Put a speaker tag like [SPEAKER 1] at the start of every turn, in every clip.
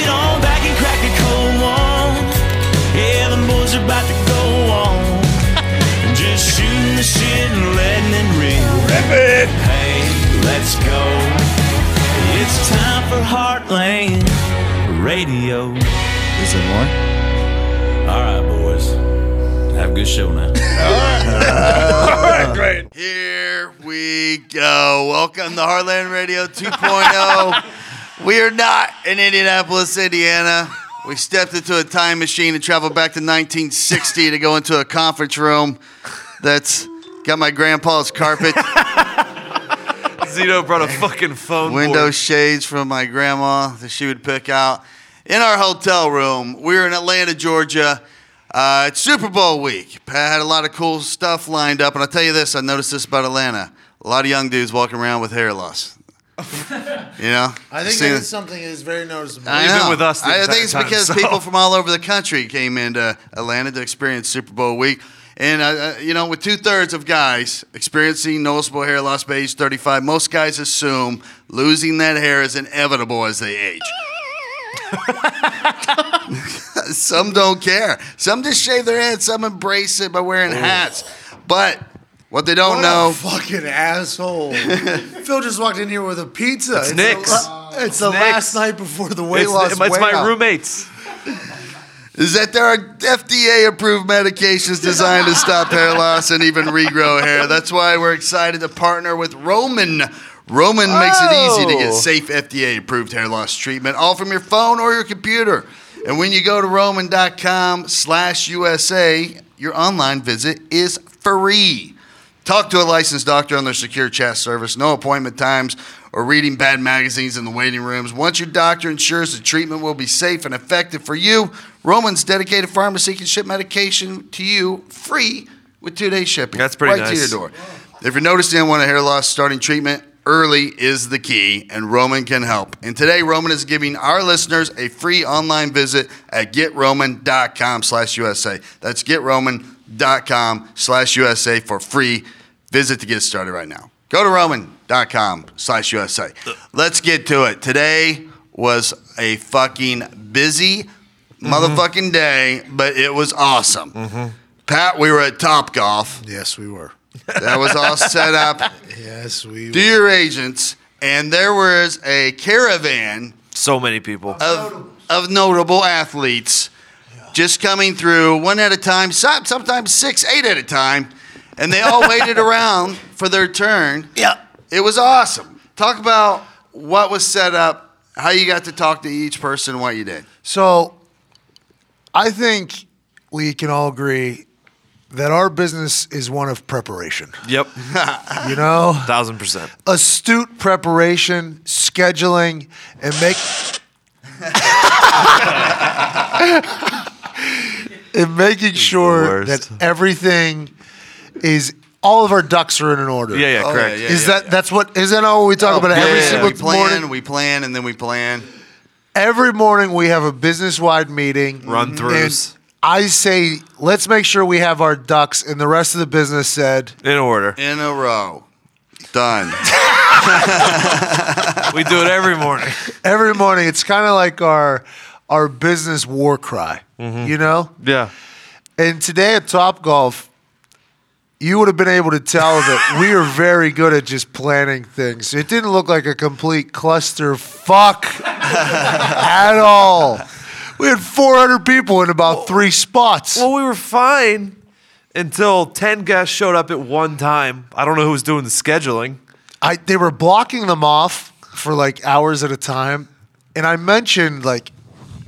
[SPEAKER 1] it.
[SPEAKER 2] Hey, let's go. It's time for Heartland Radio.
[SPEAKER 3] Is there more?
[SPEAKER 2] All right, boys. Have a good show now.
[SPEAKER 1] All right, great.
[SPEAKER 3] Here we go. Welcome to Heartland Radio 2.0. we are not in Indianapolis, Indiana. We stepped into a time machine and traveled back to 1960 to go into a conference room that's got my grandpa's carpet,
[SPEAKER 4] Zito brought a fucking phone.
[SPEAKER 3] window
[SPEAKER 4] board.
[SPEAKER 3] shades from my grandma that she would pick out. In our hotel room, we were in Atlanta, Georgia. Uh, it's Super Bowl week. Pat had a lot of cool stuff lined up, and I'll tell you this: I noticed this about Atlanta. A lot of young dudes walking around with hair loss. you know,
[SPEAKER 5] I think
[SPEAKER 3] See,
[SPEAKER 5] that is something that is very noticeable.
[SPEAKER 3] I
[SPEAKER 4] You've been
[SPEAKER 3] know.
[SPEAKER 4] with us the
[SPEAKER 3] I
[SPEAKER 4] entire
[SPEAKER 3] think it's
[SPEAKER 4] time,
[SPEAKER 3] because
[SPEAKER 4] so-
[SPEAKER 3] people from all over the country came into Atlanta to experience Super Bowl week. And, uh, uh, you know, with two thirds of guys experiencing noticeable hair loss by age 35, most guys assume losing that hair is inevitable as they age. some don't care. Some just shave their heads, some embrace it by wearing hats. But what they don't
[SPEAKER 5] What
[SPEAKER 3] know.
[SPEAKER 5] a fucking asshole. Phil just walked in here with a pizza. It's,
[SPEAKER 4] Nick's.
[SPEAKER 5] The, la- it's the
[SPEAKER 4] Nick's.
[SPEAKER 5] last night before the weight
[SPEAKER 4] It's,
[SPEAKER 5] loss.
[SPEAKER 4] it's my
[SPEAKER 5] weigh-out.
[SPEAKER 4] roommates.
[SPEAKER 3] is that there are FDA approved medications designed to stop hair loss and even regrow hair. That's why we're excited to partner with Roman. Roman makes it easy to get
[SPEAKER 4] Oh.
[SPEAKER 3] safe FDA approved hair loss treatment all from your phone or your computer. And when you go to roman.com slash USA, your online visit is free. Talk to a licensed doctor on their secure chat service, no appointment times or reading bad magazines in the waiting rooms. Once your doctor ensures the treatment will be safe and effective for you, Roman's dedicated pharmacy can ship medication to you free with two day shipping.
[SPEAKER 4] That's pretty
[SPEAKER 3] right to
[SPEAKER 4] nice.
[SPEAKER 3] your door. If you're noticing anyone with hair loss, starting treatment early is the key, and Roman can help. And today, Roman is giving our listeners a free online visit at getroman.com slash USA. That's getroman.com slash USA for free visit to get started right now. Go to roman.com slash USA. Let's get to it. Today was a fucking busy motherfucking day, but it was awesome. Pat, we were at Top Golf.
[SPEAKER 5] Yes, we were.
[SPEAKER 3] That was all set up
[SPEAKER 5] Yes, we
[SPEAKER 3] through your agents, and there was a caravan
[SPEAKER 4] So many people.
[SPEAKER 3] of, of notable athletes just coming through one at a time, some- sometimes six, eight at a time, and they all waited around for their turn.
[SPEAKER 5] Yeah.
[SPEAKER 3] It was awesome. Talk about what was set up, how you got to talk to each person, what you did.
[SPEAKER 5] So
[SPEAKER 6] I think we can all agree that our business is one of preparation.
[SPEAKER 4] Yep,
[SPEAKER 6] You know,
[SPEAKER 4] thousand percent.
[SPEAKER 6] astute preparation, scheduling, and make and making sure
[SPEAKER 4] worst.
[SPEAKER 6] that everything is all of our ducks are in an order.
[SPEAKER 4] Yeah, yeah,
[SPEAKER 3] Oh,
[SPEAKER 4] correct.
[SPEAKER 3] yeah,
[SPEAKER 6] is that that's what is that not what we talk about every
[SPEAKER 3] yeah,
[SPEAKER 6] single
[SPEAKER 3] we plan,
[SPEAKER 6] morning?
[SPEAKER 3] we plan, and then we plan.
[SPEAKER 6] Every morning we have a business wide meeting.
[SPEAKER 4] Run throughs.
[SPEAKER 6] And I say, let's make sure we have our ducks, and the rest of the business said,
[SPEAKER 4] In order,
[SPEAKER 3] In a row. Done.
[SPEAKER 4] we do it every morning.
[SPEAKER 6] every morning it's kind of like our our business war cry
[SPEAKER 4] Mm-hmm.
[SPEAKER 6] you know
[SPEAKER 4] Yeah,
[SPEAKER 6] and today at top golf you would have been able to tell that we are very good at just planning things it didn't look like a complete cluster fuck at all we had 400 people in about three spots
[SPEAKER 4] Well, we were fine until 10 guests showed up at one time. I don't know who was doing the scheduling.
[SPEAKER 6] I they were blocking them off for like hours at a time, and I mentioned like,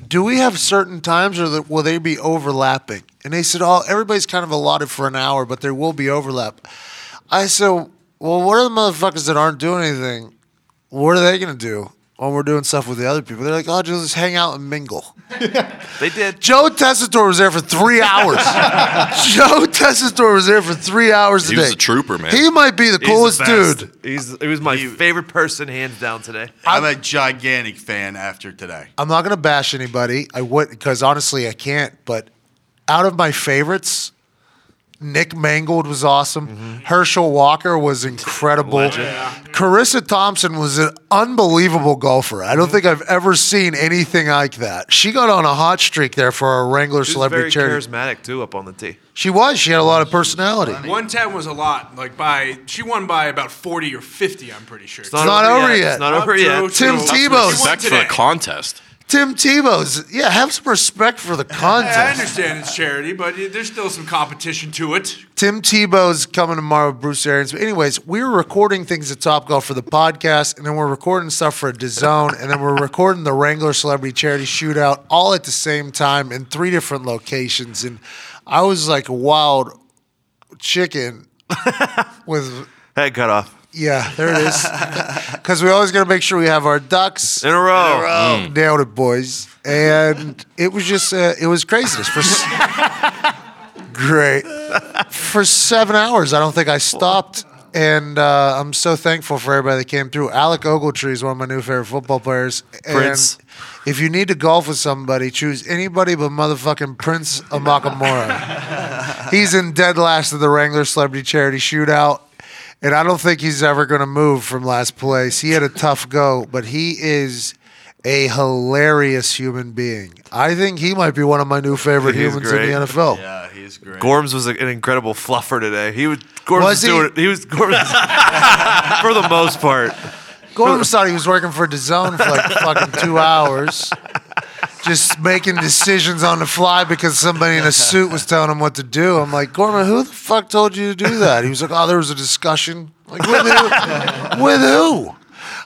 [SPEAKER 6] do we have certain times or that will they be overlapping? And they said, oh, everybody's kind of allotted for an hour, but there will be overlap. I said, well, what are the motherfuckers that aren't doing anything? What are they gonna do when we're doing stuff with the other people? They're like, oh, just hang out and mingle.
[SPEAKER 4] They did.
[SPEAKER 6] Joe Tessitore was there for three hours. Joe Tessitore was there for three hours
[SPEAKER 1] He
[SPEAKER 6] a day.
[SPEAKER 1] was a trooper, man.
[SPEAKER 6] He might be the coolest dude.
[SPEAKER 4] He's, he was my favorite person, hands down, today.
[SPEAKER 3] I'm a gigantic fan after today.
[SPEAKER 6] I'm not gonna bash anybody. I would because honestly, I can't. But out of my favorites, Nick Mangold was awesome. Herschel Walker was incredible. Carissa Thompson was an unbelievable golfer. I don't think I've ever seen anything like that. She got on a hot streak there for our Wrangler
[SPEAKER 4] She was
[SPEAKER 6] Celebrity
[SPEAKER 4] very
[SPEAKER 6] Charity.
[SPEAKER 4] charismatic too up on the tee.
[SPEAKER 6] She was. She had a lot of personality.
[SPEAKER 7] 110 was a lot. Like by she won by about 40 or 50. I'm pretty sure.
[SPEAKER 6] It's not over yet.
[SPEAKER 4] It's not over
[SPEAKER 7] Up,
[SPEAKER 4] yet.
[SPEAKER 7] Drew.
[SPEAKER 6] Tim
[SPEAKER 7] That's
[SPEAKER 6] Tebow's.
[SPEAKER 7] what
[SPEAKER 1] Respect for a
[SPEAKER 7] Oh, today.
[SPEAKER 1] contest.
[SPEAKER 6] Tim Tebow's. Yeah, have some respect for the contest.
[SPEAKER 7] I understand it's charity, but there's still some competition to it.
[SPEAKER 6] Tim Tebow's coming tomorrow with Bruce Arians. But anyways, we were recording things at Top Golf for the podcast, and then we're recording stuff for DAZN, and then we're recording the Wrangler Celebrity Charity Shootout all at the same time in three different locations. And I was like a wild chicken with
[SPEAKER 4] Head cut off
[SPEAKER 6] yeah, there it is. Because we always got to make sure we have our ducks
[SPEAKER 4] in a row.
[SPEAKER 6] Nailed it, boys. And it was just, uh, it was craziness. For s- Great. For seven hours, I don't think I stopped. And uh, I'm so thankful for everybody that came through. Alec Ogletree is one of my new favorite football players. And
[SPEAKER 4] Prince.
[SPEAKER 6] if you need to golf with somebody, choose anybody but motherfucking Prince Amakamura. he's in dead last of the Wrangler Celebrity Charity Shootout. And I don't think he's ever going to move from last place. He had a tough go, but he is a hilarious human being. I think he might be one of my new favorite
[SPEAKER 4] He's
[SPEAKER 6] humans
[SPEAKER 4] great.
[SPEAKER 6] in the NFL.
[SPEAKER 3] Yeah, he's great.
[SPEAKER 4] Gorms was an incredible fluffer today. He was
[SPEAKER 6] Was
[SPEAKER 4] Gorms was,
[SPEAKER 6] he?
[SPEAKER 4] doing it. He was Gorms for the most part.
[SPEAKER 6] Gordon thought he was working for DAZN for like fucking two hours, just making decisions on the fly because somebody in a suit was telling him what to do. I'm like, Gorman, who the fuck told you to do that? He was like, oh, there was a discussion. Like, with who? with who?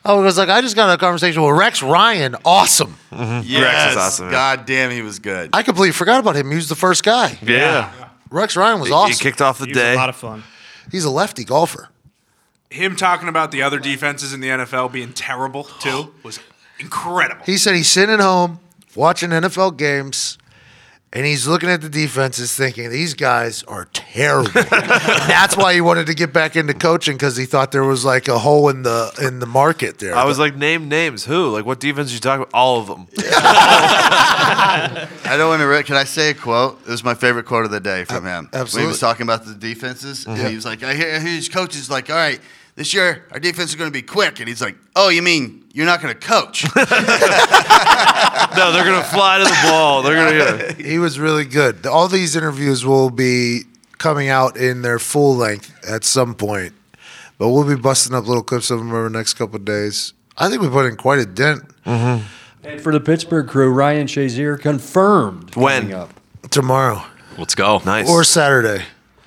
[SPEAKER 6] I was like, I just got in a conversation with Rex Ryan. Awesome.
[SPEAKER 3] Yes,
[SPEAKER 4] awesome, man.
[SPEAKER 3] God damn, he was good.
[SPEAKER 6] I completely forgot about him. He was the first guy.
[SPEAKER 4] Yeah,
[SPEAKER 6] Rex Ryan was
[SPEAKER 4] he
[SPEAKER 6] awesome.
[SPEAKER 4] kicked off the
[SPEAKER 8] He was
[SPEAKER 4] day.
[SPEAKER 8] a lot of fun.
[SPEAKER 6] He's a lefty golfer.
[SPEAKER 7] Him talking about the other defenses in the NFL being terrible too was incredible.
[SPEAKER 6] He said he's sitting at home watching NFL games. And he's looking at the defenses thinking, these guys are terrible. That's why he wanted to get back into coaching because he thought there was like a hole in the in the market there.
[SPEAKER 4] I was like, name names. Who? Like, what defense you talking about? All of them.
[SPEAKER 3] I don't want to. Re- can I say a quote? It was my favorite quote of the day from him. When
[SPEAKER 6] absolutely.
[SPEAKER 3] he was talking about the defenses, and he was like, I hear I hear his coach is like, all right, this year our defense is going to be quick. And he's like, oh, you mean you're not going to coach?
[SPEAKER 4] No, they're gonna fly to the ball. They're gonna. Yeah.
[SPEAKER 6] he was really good. All these interviews will be coming out in their full length at some point, but we'll be busting up little clips of them over the next couple of days. I think we put in quite a dent.
[SPEAKER 9] And for the Pittsburgh crew, Ryan Shazier confirmed
[SPEAKER 4] When?
[SPEAKER 9] coming up.
[SPEAKER 6] Tomorrow
[SPEAKER 1] Let's go.
[SPEAKER 4] Nice.
[SPEAKER 6] or Saturday.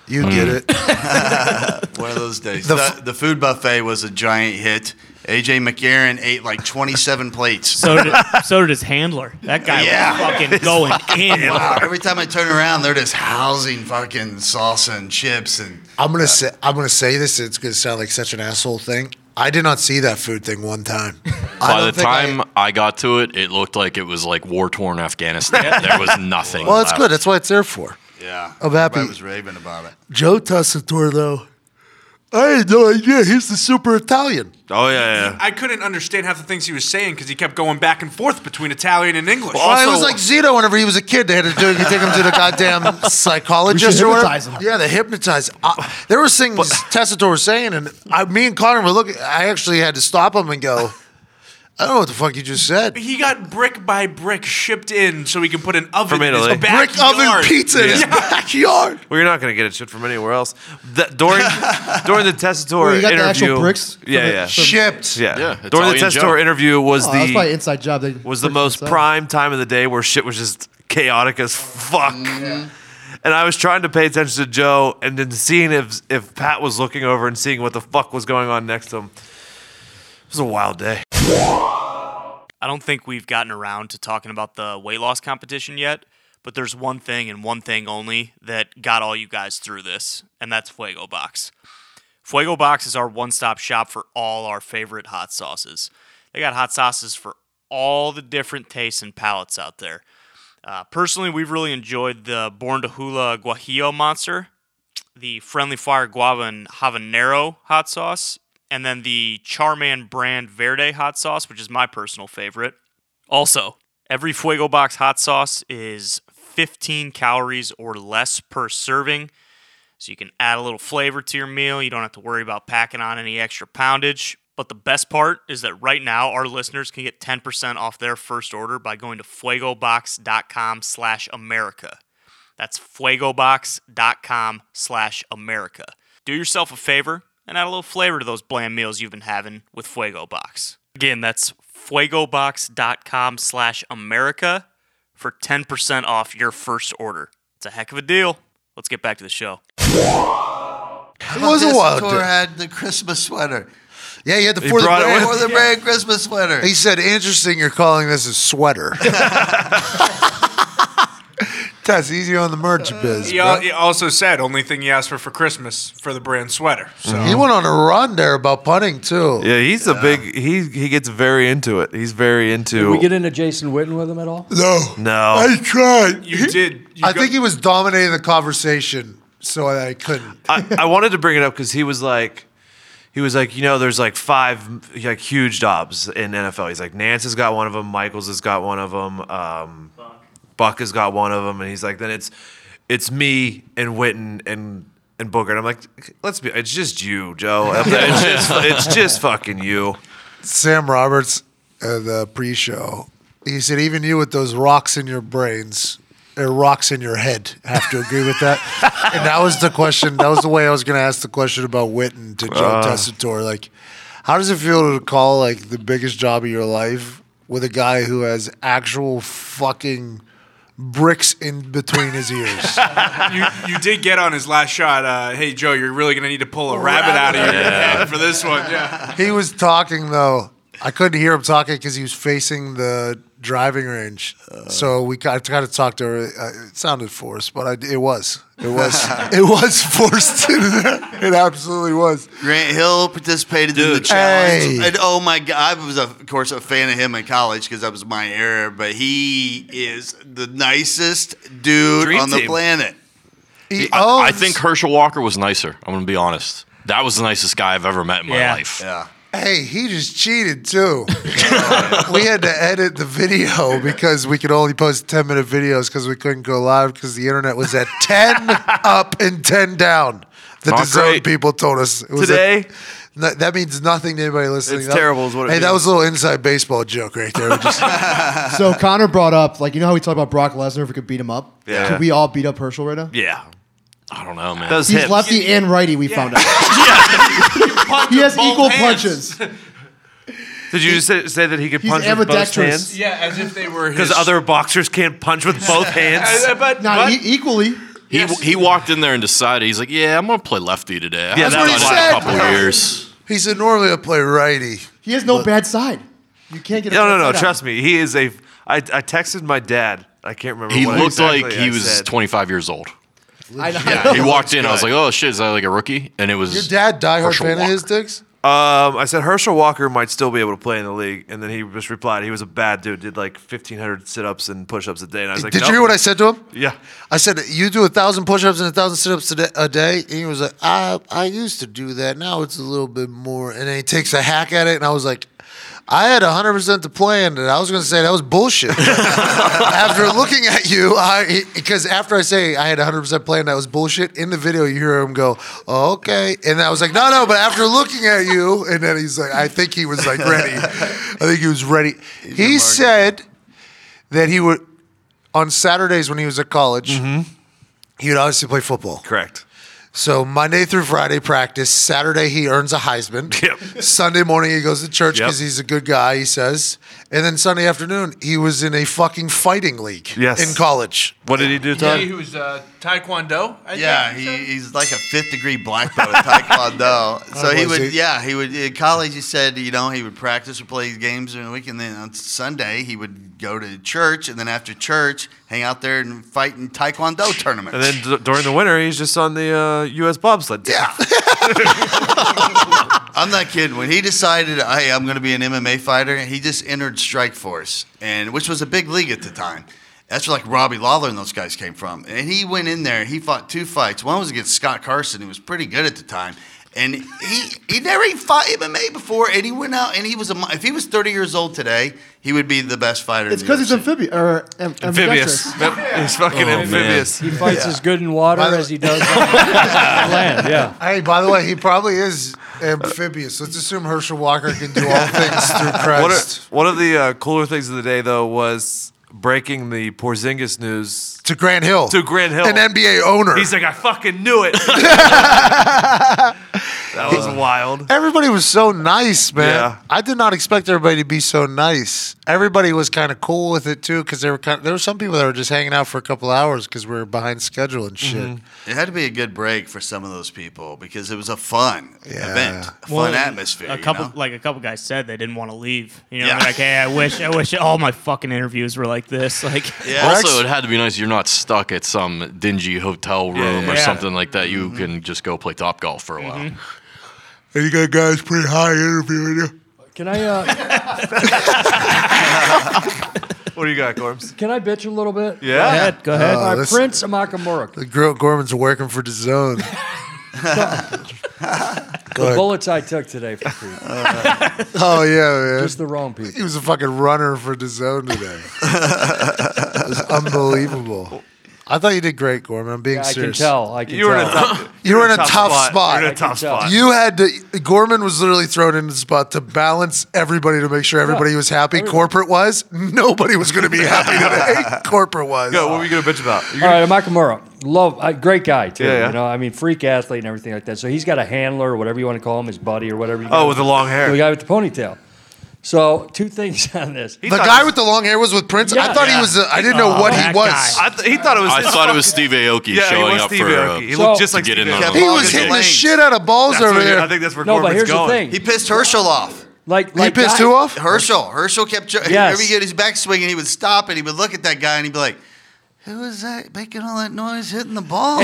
[SPEAKER 6] You get
[SPEAKER 4] Hmm.
[SPEAKER 6] it.
[SPEAKER 3] One of those days.
[SPEAKER 6] The
[SPEAKER 3] The,
[SPEAKER 6] f-
[SPEAKER 3] the food buffet was a giant hit. AJ McCarron ate like 27 plates.
[SPEAKER 8] So did, so did his handler. That guy
[SPEAKER 3] Yeah.
[SPEAKER 8] was fucking going in.
[SPEAKER 3] Wow, Every time I turn around, they're just housing fucking salsa and chips and
[SPEAKER 6] I'm gonna say I'm gonna say this. It's gonna sound like such an asshole thing. I did not see that food thing one time. I
[SPEAKER 1] By
[SPEAKER 6] don't
[SPEAKER 1] the
[SPEAKER 6] think I-
[SPEAKER 1] time I, got to it, it looked like it was like war torn Afghanistan. there was nothing.
[SPEAKER 6] well, it's
[SPEAKER 1] left.
[SPEAKER 6] good. That's what it's there for.
[SPEAKER 3] yeah.
[SPEAKER 6] I'm happy.
[SPEAKER 3] Everybody was raving about it.
[SPEAKER 6] Joe Tessitore though. I had no idea. He's the super Italian.
[SPEAKER 4] Oh yeah, yeah.
[SPEAKER 7] I couldn't understand half the things he was saying because he kept going back and forth between Italian and English.
[SPEAKER 6] Well, it was like Zito whenever he was a kid. They had to do, you take him to the goddamn
[SPEAKER 8] We
[SPEAKER 6] psychologist
[SPEAKER 8] should
[SPEAKER 6] or whatever.
[SPEAKER 8] hypnotize him.
[SPEAKER 6] Yeah, they hypnotize. I, there was things Tessitore was saying, and I, me and Connor were looking. I actually had to stop him and go, I don't know what the fuck you just said.
[SPEAKER 7] he got brick by brick shipped in so he can put an oven
[SPEAKER 4] From
[SPEAKER 7] in his
[SPEAKER 4] Italy.
[SPEAKER 7] backyard.
[SPEAKER 6] Brick oven pizza in his
[SPEAKER 7] Yeah.
[SPEAKER 6] backyard.
[SPEAKER 4] Well, you're not gonna get it shit from anywhere else. That during during the Testator
[SPEAKER 8] Well, you got the
[SPEAKER 4] interview,
[SPEAKER 8] actual bricks for
[SPEAKER 4] Yeah,
[SPEAKER 8] the-
[SPEAKER 4] yeah.
[SPEAKER 8] for
[SPEAKER 6] Shipped.
[SPEAKER 4] yeah,
[SPEAKER 1] Yeah,
[SPEAKER 4] During the
[SPEAKER 1] Italian
[SPEAKER 4] Testator
[SPEAKER 1] Joe.
[SPEAKER 4] interview was
[SPEAKER 8] Oh,
[SPEAKER 4] the
[SPEAKER 8] that's probably an inside job. They
[SPEAKER 4] was the most prime time of the day where shit was just chaotic as fuck.
[SPEAKER 8] Mm-hmm.
[SPEAKER 4] And I was trying to pay attention to Joe and then seeing if if Pat was looking over and seeing what the fuck was going on next to him. It was a wild day.
[SPEAKER 10] I don't think we've gotten around to talking about the weight loss competition yet, but there's one thing and one thing only that got all you guys through this, and that's Fuego Box. Fuego Box is our one stop shop for all our favorite hot sauces. They got hot sauces for all the different tastes and palates out there. Uh, personally, we've really enjoyed the Born to Hula Guajillo Monster, the Friendly Fire Guava and Habanero hot sauce, and then the Charman brand Verde hot sauce, which is my personal favorite. Also, every Fuego Box hot sauce is 15 calories or less per serving. So you can add a little flavor to your meal. You don't have to worry about packing on any extra poundage. But the best part is that right now our listeners can get 10% off their first order by going to fuegobox.com slash America. That's fuegobox.com slash America. Do yourself a favor and add a little flavor to those bland meals you've been having with Fuego Box. Again, that's fuegobox.com slash America for 10% off your first order. It's a heck of a deal. Let's get back to the show.
[SPEAKER 3] It
[SPEAKER 6] was a wild
[SPEAKER 3] Tour
[SPEAKER 6] dude.
[SPEAKER 3] had the Christmas sweater.
[SPEAKER 6] Yeah, he had the
[SPEAKER 4] He
[SPEAKER 6] for the
[SPEAKER 4] brought it
[SPEAKER 6] brand.
[SPEAKER 4] with-
[SPEAKER 3] Or the brand Christmas sweater.
[SPEAKER 6] He said, "Interesting, you're calling this a sweater." That's easy on the merch
[SPEAKER 8] Uh,
[SPEAKER 6] biz.
[SPEAKER 7] He, al-
[SPEAKER 6] bro.
[SPEAKER 7] he also said only thing he asked for for Christmas for the brand sweater. So
[SPEAKER 6] He went on a run there about punting too.
[SPEAKER 4] Yeah, he's a big. He he gets very into it. He's very
[SPEAKER 9] Did
[SPEAKER 4] into.
[SPEAKER 9] we get into Jason Witten with him at all?
[SPEAKER 6] No,
[SPEAKER 4] no,
[SPEAKER 6] I tried.
[SPEAKER 7] you did. You
[SPEAKER 6] I
[SPEAKER 7] got-
[SPEAKER 6] think he was dominating the conversation, so I couldn't.
[SPEAKER 4] I, I wanted to bring it up because he was like, he was like, you know, there's like five like huge jobs in NFL. He's like, Nance has got one of them. Michaels has got one of them. Um, Buck has got one of them, and he's like, then it's it's me and Witten and and Booker. And I'm like, let's be, it's just you, Joe. It's just it's just fucking you.
[SPEAKER 6] Sam Roberts, uh, the pre-show, he said, "Even you with those rocks in your brains." Or rocks in your head. Have to agree with that. and that was the question. That was the way I was going to ask the question about Witten to Joe Tessitore. Like, how does it feel to call like the biggest job of your life with a guy who has actual fucking bricks in between his ears?
[SPEAKER 7] you, you did get on his last shot. Uh, hey Joe, you're really gonna need to
[SPEAKER 6] Oh,
[SPEAKER 7] pull a rabbit out of your head for this one. Yeah.
[SPEAKER 6] He was talking though. I couldn't hear him talking because he was facing the driving range. so we kind of talked to her. Uh, it sounded forced, but I, it was. It was. it was forced. it absolutely was.
[SPEAKER 3] Grant Hill participated in the
[SPEAKER 1] Dude.
[SPEAKER 3] challenge.
[SPEAKER 6] Hey.
[SPEAKER 3] And oh my god, I was of course a fan of him in college because that was my era. But he is the nicest dude
[SPEAKER 4] Dream
[SPEAKER 3] on the
[SPEAKER 4] team.
[SPEAKER 3] planet.
[SPEAKER 6] He oh,
[SPEAKER 1] I
[SPEAKER 6] owns-
[SPEAKER 1] think Herschel Walker was nicer. I'm gonna be honest. That was the nicest guy I've ever met in my
[SPEAKER 10] Yeah.
[SPEAKER 1] life.
[SPEAKER 3] Yeah.
[SPEAKER 6] Hey, he just cheated too. we had to edit the video because we could only post 10 minute videos because we couldn't go live because the internet was at 10 up and 10 down. The
[SPEAKER 4] Not
[SPEAKER 6] DAZN
[SPEAKER 4] great.
[SPEAKER 6] people told us. It was at-
[SPEAKER 4] Today?
[SPEAKER 6] No, that means nothing to anybody listening.
[SPEAKER 4] It's
[SPEAKER 6] That-
[SPEAKER 4] terrible is what it
[SPEAKER 6] hey, that
[SPEAKER 4] means.
[SPEAKER 6] was a little inside baseball joke right there. We just-
[SPEAKER 8] So Connor brought up, like, you know how we talk about Brock Lesnar if we could beat him up?
[SPEAKER 4] Yeah.
[SPEAKER 8] Could we all beat up Herschel right now?
[SPEAKER 4] Yeah,
[SPEAKER 1] I don't know, man.
[SPEAKER 4] those
[SPEAKER 8] He's
[SPEAKER 4] hips.
[SPEAKER 8] lefty and righty, we found out. he has
[SPEAKER 7] both
[SPEAKER 8] equal
[SPEAKER 7] hands.
[SPEAKER 8] punches.
[SPEAKER 4] Did you just say, say that he could
[SPEAKER 8] He's
[SPEAKER 4] punch with both
[SPEAKER 8] ambidextrous.
[SPEAKER 4] hands?
[SPEAKER 7] Yeah, as if they were his.
[SPEAKER 4] Because other boxers can't punch with both hands.
[SPEAKER 7] Uh, but,
[SPEAKER 8] Not
[SPEAKER 7] but
[SPEAKER 8] e- equally.
[SPEAKER 1] he he walked in there and decided he's like, yeah, I'm gonna play lefty today. I
[SPEAKER 4] Yeah,
[SPEAKER 1] haven't
[SPEAKER 4] that's
[SPEAKER 1] done
[SPEAKER 4] what
[SPEAKER 1] it
[SPEAKER 4] he
[SPEAKER 1] in
[SPEAKER 6] said.
[SPEAKER 1] a couple years.
[SPEAKER 6] he said normally I play righty.
[SPEAKER 8] He has no bad side. You can't get a
[SPEAKER 4] No,
[SPEAKER 8] bad
[SPEAKER 4] no, no.
[SPEAKER 8] side out.
[SPEAKER 4] Trust me. He is a. I, I texted my dad. I can't remember.
[SPEAKER 1] He
[SPEAKER 4] what
[SPEAKER 1] looked
[SPEAKER 4] exactly
[SPEAKER 1] like
[SPEAKER 4] I
[SPEAKER 1] he was
[SPEAKER 4] said.
[SPEAKER 1] 25 years old.
[SPEAKER 8] I know. Yeah,
[SPEAKER 1] He walked in. I was like, oh shit, is that like a rookie? And it was
[SPEAKER 6] Your dad, diehard
[SPEAKER 1] Herschel
[SPEAKER 6] fan of
[SPEAKER 1] Walker.
[SPEAKER 6] his dicks?
[SPEAKER 4] Um, I said Herschel Walker might still be able to play in the league, and then he just replied he was a bad dude. Did like fifteen hundred sit-ups and push-ups a day, and I was like,
[SPEAKER 6] Did
[SPEAKER 4] nope.
[SPEAKER 6] you hear what I said to him?
[SPEAKER 4] Yeah.
[SPEAKER 6] I said, "You do a thousand push-ups and a thousand sit-ups a day- a day," and he was like, "I I used to do that. Now it's a little bit more." And then he takes a hack at it, and I was like, "I had hundred percent the plan, and I was going to say that was bullshit." after looking at you, I because after I say I had hundred percent plan, that was bullshit. In the video, you hear him go, oh, "Okay," and I was like, "No, no." But after looking at you, and then he's like, "I think he was like ready. I think he was ready." He said that he would on Saturdays when he was at college, he would obviously play football.
[SPEAKER 4] Correct.
[SPEAKER 6] So Monday through Friday practice. Saturday he earns a Heisman.
[SPEAKER 4] Yep.
[SPEAKER 6] Sunday morning he goes to church
[SPEAKER 4] Yep.
[SPEAKER 6] because he's a good guy. He says, and then Sunday afternoon he was in a fucking fighting league.
[SPEAKER 4] Yes.
[SPEAKER 6] in college.
[SPEAKER 4] What did he do, Todd?
[SPEAKER 7] he was uh, Taekwondo. I
[SPEAKER 3] Yeah,
[SPEAKER 7] think
[SPEAKER 3] he,
[SPEAKER 7] said.
[SPEAKER 3] he's like a fifth degree black belt in Taekwondo. so he
[SPEAKER 6] was
[SPEAKER 3] would,
[SPEAKER 6] he?
[SPEAKER 3] yeah, he would in college. He said, you know, he would practice or play games during the week, and then on Sunday he would go to church, and then after church, hang out there and fight in Taekwondo tournaments.
[SPEAKER 4] And then d- during the winter, he's just on the uh, U.S. bobsled. team.
[SPEAKER 3] yeah. I'm not kidding. When he decided, hey, I'm going to be an MMA fighter, he just entered Strike Force, and which was a big league at the time. That's where like Robbie Lawler and those guys came from. And he went in there. He fought two fights. One was against Scott Carson, who was pretty good at the time. and he he never even fought MMA before, and he went out and he was a mo- if he was thirty years old today, he would be the best fighter.
[SPEAKER 8] It's
[SPEAKER 3] in
[SPEAKER 8] because
[SPEAKER 3] the
[SPEAKER 8] he's amphibious or am-
[SPEAKER 4] Amphibious.
[SPEAKER 8] ambidextrous.
[SPEAKER 4] Yep, He's fucking
[SPEAKER 2] man.
[SPEAKER 4] amphibious.
[SPEAKER 9] He fights as good in water
[SPEAKER 6] By the-
[SPEAKER 9] as he does on land. Yeah.
[SPEAKER 6] Hey, by the way, he probably is amphibious. Let's assume Herschel Walker can do all things through
[SPEAKER 4] One
[SPEAKER 6] Christ.
[SPEAKER 4] of, one of the uh, cooler things of the day, though, was breaking the Porzingis news
[SPEAKER 6] to Grant Hill.
[SPEAKER 4] to Grand Hill.
[SPEAKER 6] An NBA owner.
[SPEAKER 4] He's like, I fucking knew it. that was wild.
[SPEAKER 6] Everybody was so nice, man.
[SPEAKER 4] Yeah.
[SPEAKER 6] I did not expect everybody to be so nice. Everybody was kind of cool with it too, because there were kind there were some people that were just hanging out for a couple hours because we were behind schedule and shit.
[SPEAKER 4] Mm-hmm.
[SPEAKER 3] It had to be a good break for some of those people because it was a fun
[SPEAKER 6] Yeah.
[SPEAKER 3] event, a fun atmosphere.
[SPEAKER 10] A
[SPEAKER 3] you
[SPEAKER 10] couple,
[SPEAKER 3] know?
[SPEAKER 10] like a couple guys said, they didn't want to leave. You know,
[SPEAKER 3] Yeah.
[SPEAKER 10] they're like, hey, I wish, I wish all my fucking interviews were like this. Like,
[SPEAKER 3] yeah.
[SPEAKER 1] Also, it had to be nice. You're not stuck at some dingy hotel room
[SPEAKER 4] Yeah, Mm-hmm. yeah,
[SPEAKER 1] or
[SPEAKER 10] yeah.
[SPEAKER 1] something like that. You can just go play top golf for a
[SPEAKER 8] Mm-hmm.
[SPEAKER 1] while.
[SPEAKER 6] And you got guys pretty high interviewing you.
[SPEAKER 9] Can I uh,
[SPEAKER 4] What do you got, Gorms?
[SPEAKER 9] can I bitch a little bit?
[SPEAKER 4] Yeah.
[SPEAKER 9] Go ahead. Go ahead. Uh,
[SPEAKER 6] this-
[SPEAKER 9] Prince Amakamura.
[SPEAKER 6] The girl Gorman's working for the zone. Go
[SPEAKER 9] The
[SPEAKER 6] ahead.
[SPEAKER 9] bullets I took today for Creed.
[SPEAKER 6] Oh yeah, man.
[SPEAKER 9] Just the wrong people.
[SPEAKER 6] he was a fucking runner for the zone today. it was unbelievable. I thought you did great, Gorman. I'm being
[SPEAKER 9] I can
[SPEAKER 6] serious.
[SPEAKER 9] tell. I can
[SPEAKER 4] You were in
[SPEAKER 9] tell.
[SPEAKER 4] a tough,
[SPEAKER 6] You were in a tough spot.
[SPEAKER 4] You were in
[SPEAKER 6] I
[SPEAKER 4] a tough
[SPEAKER 9] can tell.
[SPEAKER 4] spot.
[SPEAKER 6] You had to. Gorman was literally thrown into the spot to balance everybody to make sure everybody was happy. Corporate wise, nobody was going to be happy today. Corporate wise,
[SPEAKER 4] Yo, what were you gonna bitch about? You
[SPEAKER 9] All right, Amakamura, love, uh, great guy too.
[SPEAKER 4] Yeah, yeah.
[SPEAKER 9] You know, I mean, freak athlete and everything like that. So he's got a handler, or whatever you want to call him, his buddy or whatever. You
[SPEAKER 4] Oh,
[SPEAKER 9] got.
[SPEAKER 4] with the long hair.
[SPEAKER 9] the guy with the ponytail. So two things on this.
[SPEAKER 4] He
[SPEAKER 6] the
[SPEAKER 4] thought
[SPEAKER 6] guy
[SPEAKER 4] it was- Oh,
[SPEAKER 6] with the long hair was with Prince. I
[SPEAKER 9] Yeah.
[SPEAKER 6] thought he was. I I didn't know what he
[SPEAKER 10] that
[SPEAKER 6] was.
[SPEAKER 10] guy.
[SPEAKER 4] I th- he thought it was.
[SPEAKER 1] I
[SPEAKER 4] his
[SPEAKER 1] thought it
[SPEAKER 4] fucking-
[SPEAKER 1] was Steve Aoki
[SPEAKER 4] Yeah, he
[SPEAKER 1] showing
[SPEAKER 4] was
[SPEAKER 1] up
[SPEAKER 4] Steve
[SPEAKER 1] for.
[SPEAKER 4] Aoki. He
[SPEAKER 1] Uh,
[SPEAKER 4] looked
[SPEAKER 9] So-
[SPEAKER 4] just like
[SPEAKER 1] to get
[SPEAKER 4] Steve
[SPEAKER 1] in
[SPEAKER 4] Aoki.
[SPEAKER 1] on
[SPEAKER 6] He
[SPEAKER 1] Long
[SPEAKER 6] was
[SPEAKER 1] as
[SPEAKER 6] hitting
[SPEAKER 1] it
[SPEAKER 6] the
[SPEAKER 1] is.
[SPEAKER 6] shit out of balls
[SPEAKER 4] That's
[SPEAKER 6] over
[SPEAKER 4] what he-
[SPEAKER 6] there.
[SPEAKER 4] I think that's where
[SPEAKER 9] No, but
[SPEAKER 4] Gorman's
[SPEAKER 9] here's
[SPEAKER 4] going.
[SPEAKER 9] the thing.
[SPEAKER 3] he pissed Herschel off.
[SPEAKER 9] Like,
[SPEAKER 6] he
[SPEAKER 9] like
[SPEAKER 6] pissed
[SPEAKER 9] guy-
[SPEAKER 6] who off?
[SPEAKER 3] Herschel, Herschel kept. Jo-
[SPEAKER 9] Yes.
[SPEAKER 3] Every he get his back swinging, he would stop and he would look at that guy and he'd be like, "Who is that making all that noise, hitting the ball?"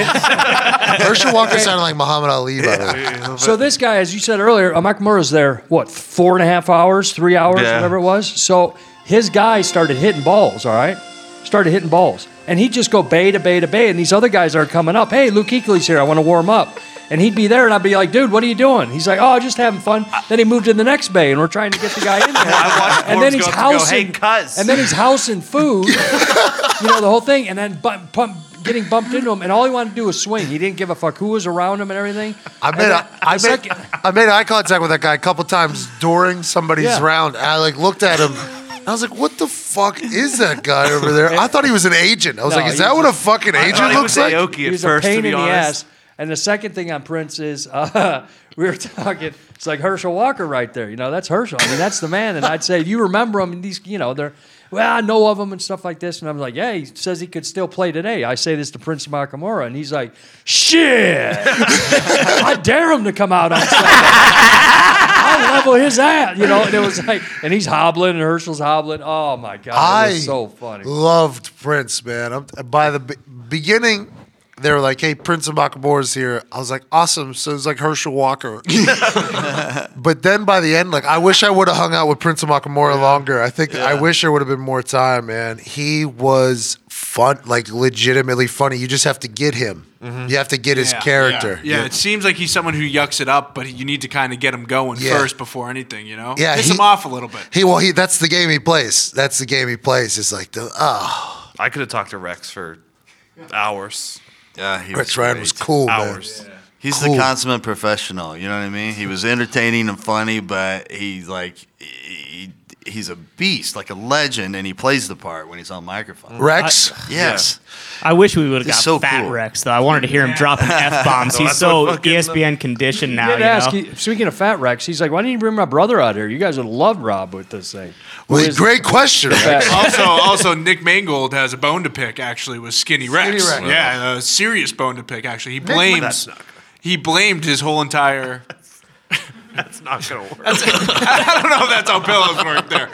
[SPEAKER 6] Herschel Walker sounded like Muhammad Ali. By the way.
[SPEAKER 9] So this guy, as you said earlier, Amakamura's there. What four and a half hours, three hours,
[SPEAKER 4] Yeah.
[SPEAKER 9] whatever it was. So his guy started hitting balls. All right, started hitting balls, and he'd just go bay to bay to bay, and these other guys are coming up. Hey, Luke Kuechly's here. I want to warm up. And he'd be there, and I'd be like, "Dude, what are you doing?" He's like, "Oh, just having fun." Then he moved to the next bay, and we're trying to get the guy in
[SPEAKER 4] I
[SPEAKER 9] there.
[SPEAKER 4] watched
[SPEAKER 9] and then he's
[SPEAKER 4] Forbes go up to go,
[SPEAKER 9] housing,
[SPEAKER 4] "Hey, cuz."
[SPEAKER 9] and then he's housing food. you know the whole thing, and then bump, bump, getting bumped into him, and all he wanted to do was swing. He didn't give a fuck who was around him and everything.
[SPEAKER 6] I
[SPEAKER 9] And
[SPEAKER 6] made,
[SPEAKER 9] then
[SPEAKER 6] a, I,
[SPEAKER 9] the
[SPEAKER 6] made,
[SPEAKER 9] second-
[SPEAKER 6] I made eye contact with that guy a couple times during somebody's
[SPEAKER 9] Yeah.
[SPEAKER 6] round. I like looked at him. I was like, "What the fuck is that guy over there?" I thought he was an agent. I was
[SPEAKER 9] No,
[SPEAKER 6] like, "Is
[SPEAKER 9] he
[SPEAKER 6] that
[SPEAKER 9] was
[SPEAKER 6] what a fucking
[SPEAKER 4] I thought
[SPEAKER 6] agent
[SPEAKER 4] he
[SPEAKER 6] looks
[SPEAKER 4] was
[SPEAKER 6] like?"
[SPEAKER 4] Aoki
[SPEAKER 9] He
[SPEAKER 4] at
[SPEAKER 9] was
[SPEAKER 4] first,
[SPEAKER 9] a
[SPEAKER 4] to
[SPEAKER 9] pain
[SPEAKER 4] be
[SPEAKER 9] in the ass.
[SPEAKER 4] honest.
[SPEAKER 9] And the second thing on Prince is uh, we were talking. It's like Herschel Walker right there. You know, that's Herschel. I mean, that's the man. And I'd say you remember him. And these, you know, they're well, I know of him and stuff like this. And I'm like, yeah, he says he could still play today. I say this to Prince Makamura, and he's like, shit, I dare him to come out on Sunday. I level his ass. You know, and it was like, and he's hobbling, and Herschel's hobbling. Oh my god, it
[SPEAKER 6] I
[SPEAKER 9] was so funny.
[SPEAKER 6] loved Prince, man. I'm, by the be- beginning, they were like, "Hey, Prince of Macamora's here." I was like, "Awesome!" So it's like Herschel Walker. but then by the end, like, I wish I would have hung out with Prince of Makamura longer. I think I wish there would have been more time, man. He was fun, like legitimately funny. You just have to get him. You have to get his
[SPEAKER 7] Yeah,
[SPEAKER 6] character.
[SPEAKER 7] Yeah, yeah, it seems like he's someone who yucks it up, but you need to kind of get him going
[SPEAKER 6] Yeah.
[SPEAKER 7] first before anything, you know?
[SPEAKER 6] Yeah,
[SPEAKER 7] Piss
[SPEAKER 6] he-
[SPEAKER 7] him off a little bit.
[SPEAKER 6] He well, he that's the game he plays. That's the game he plays. It's like the ah,
[SPEAKER 4] I could have talked to Rex for hours.
[SPEAKER 3] yeah, he
[SPEAKER 6] Rex Ryan was cool,
[SPEAKER 4] Hours.
[SPEAKER 6] man.
[SPEAKER 3] He's
[SPEAKER 6] Cool.
[SPEAKER 3] the consummate professional. You know what I mean? He was entertaining and funny, but he's like he, he's a beast, like a legend, and he plays the part when he's on microphone.
[SPEAKER 6] Rex.
[SPEAKER 3] Yes.
[SPEAKER 10] I wish we would have
[SPEAKER 3] He's
[SPEAKER 10] got
[SPEAKER 3] so
[SPEAKER 10] Fat
[SPEAKER 3] cool.
[SPEAKER 10] Rex though. I wanted to hear him dropping f bombs. He's
[SPEAKER 4] That's what
[SPEAKER 10] so E
[SPEAKER 4] fucking-
[SPEAKER 10] ESPN conditioned now.
[SPEAKER 9] did
[SPEAKER 10] You
[SPEAKER 9] ask,
[SPEAKER 10] know?
[SPEAKER 9] he- speaking of Fat Rex, he's like, why didn't you bring my brother out here? You guys would love Rob with this thing.
[SPEAKER 6] Well,
[SPEAKER 9] Whereas
[SPEAKER 6] great question. Rex.
[SPEAKER 9] Fat-
[SPEAKER 7] also, also Nick Mangold has a bone to pick. Actually, with Skinny Rex.
[SPEAKER 6] Rex.
[SPEAKER 7] Yeah, a serious bone to pick. Actually, he blames he blamed his whole entire.
[SPEAKER 4] It's not gonna work.
[SPEAKER 7] I don't know if that's how pillows work there.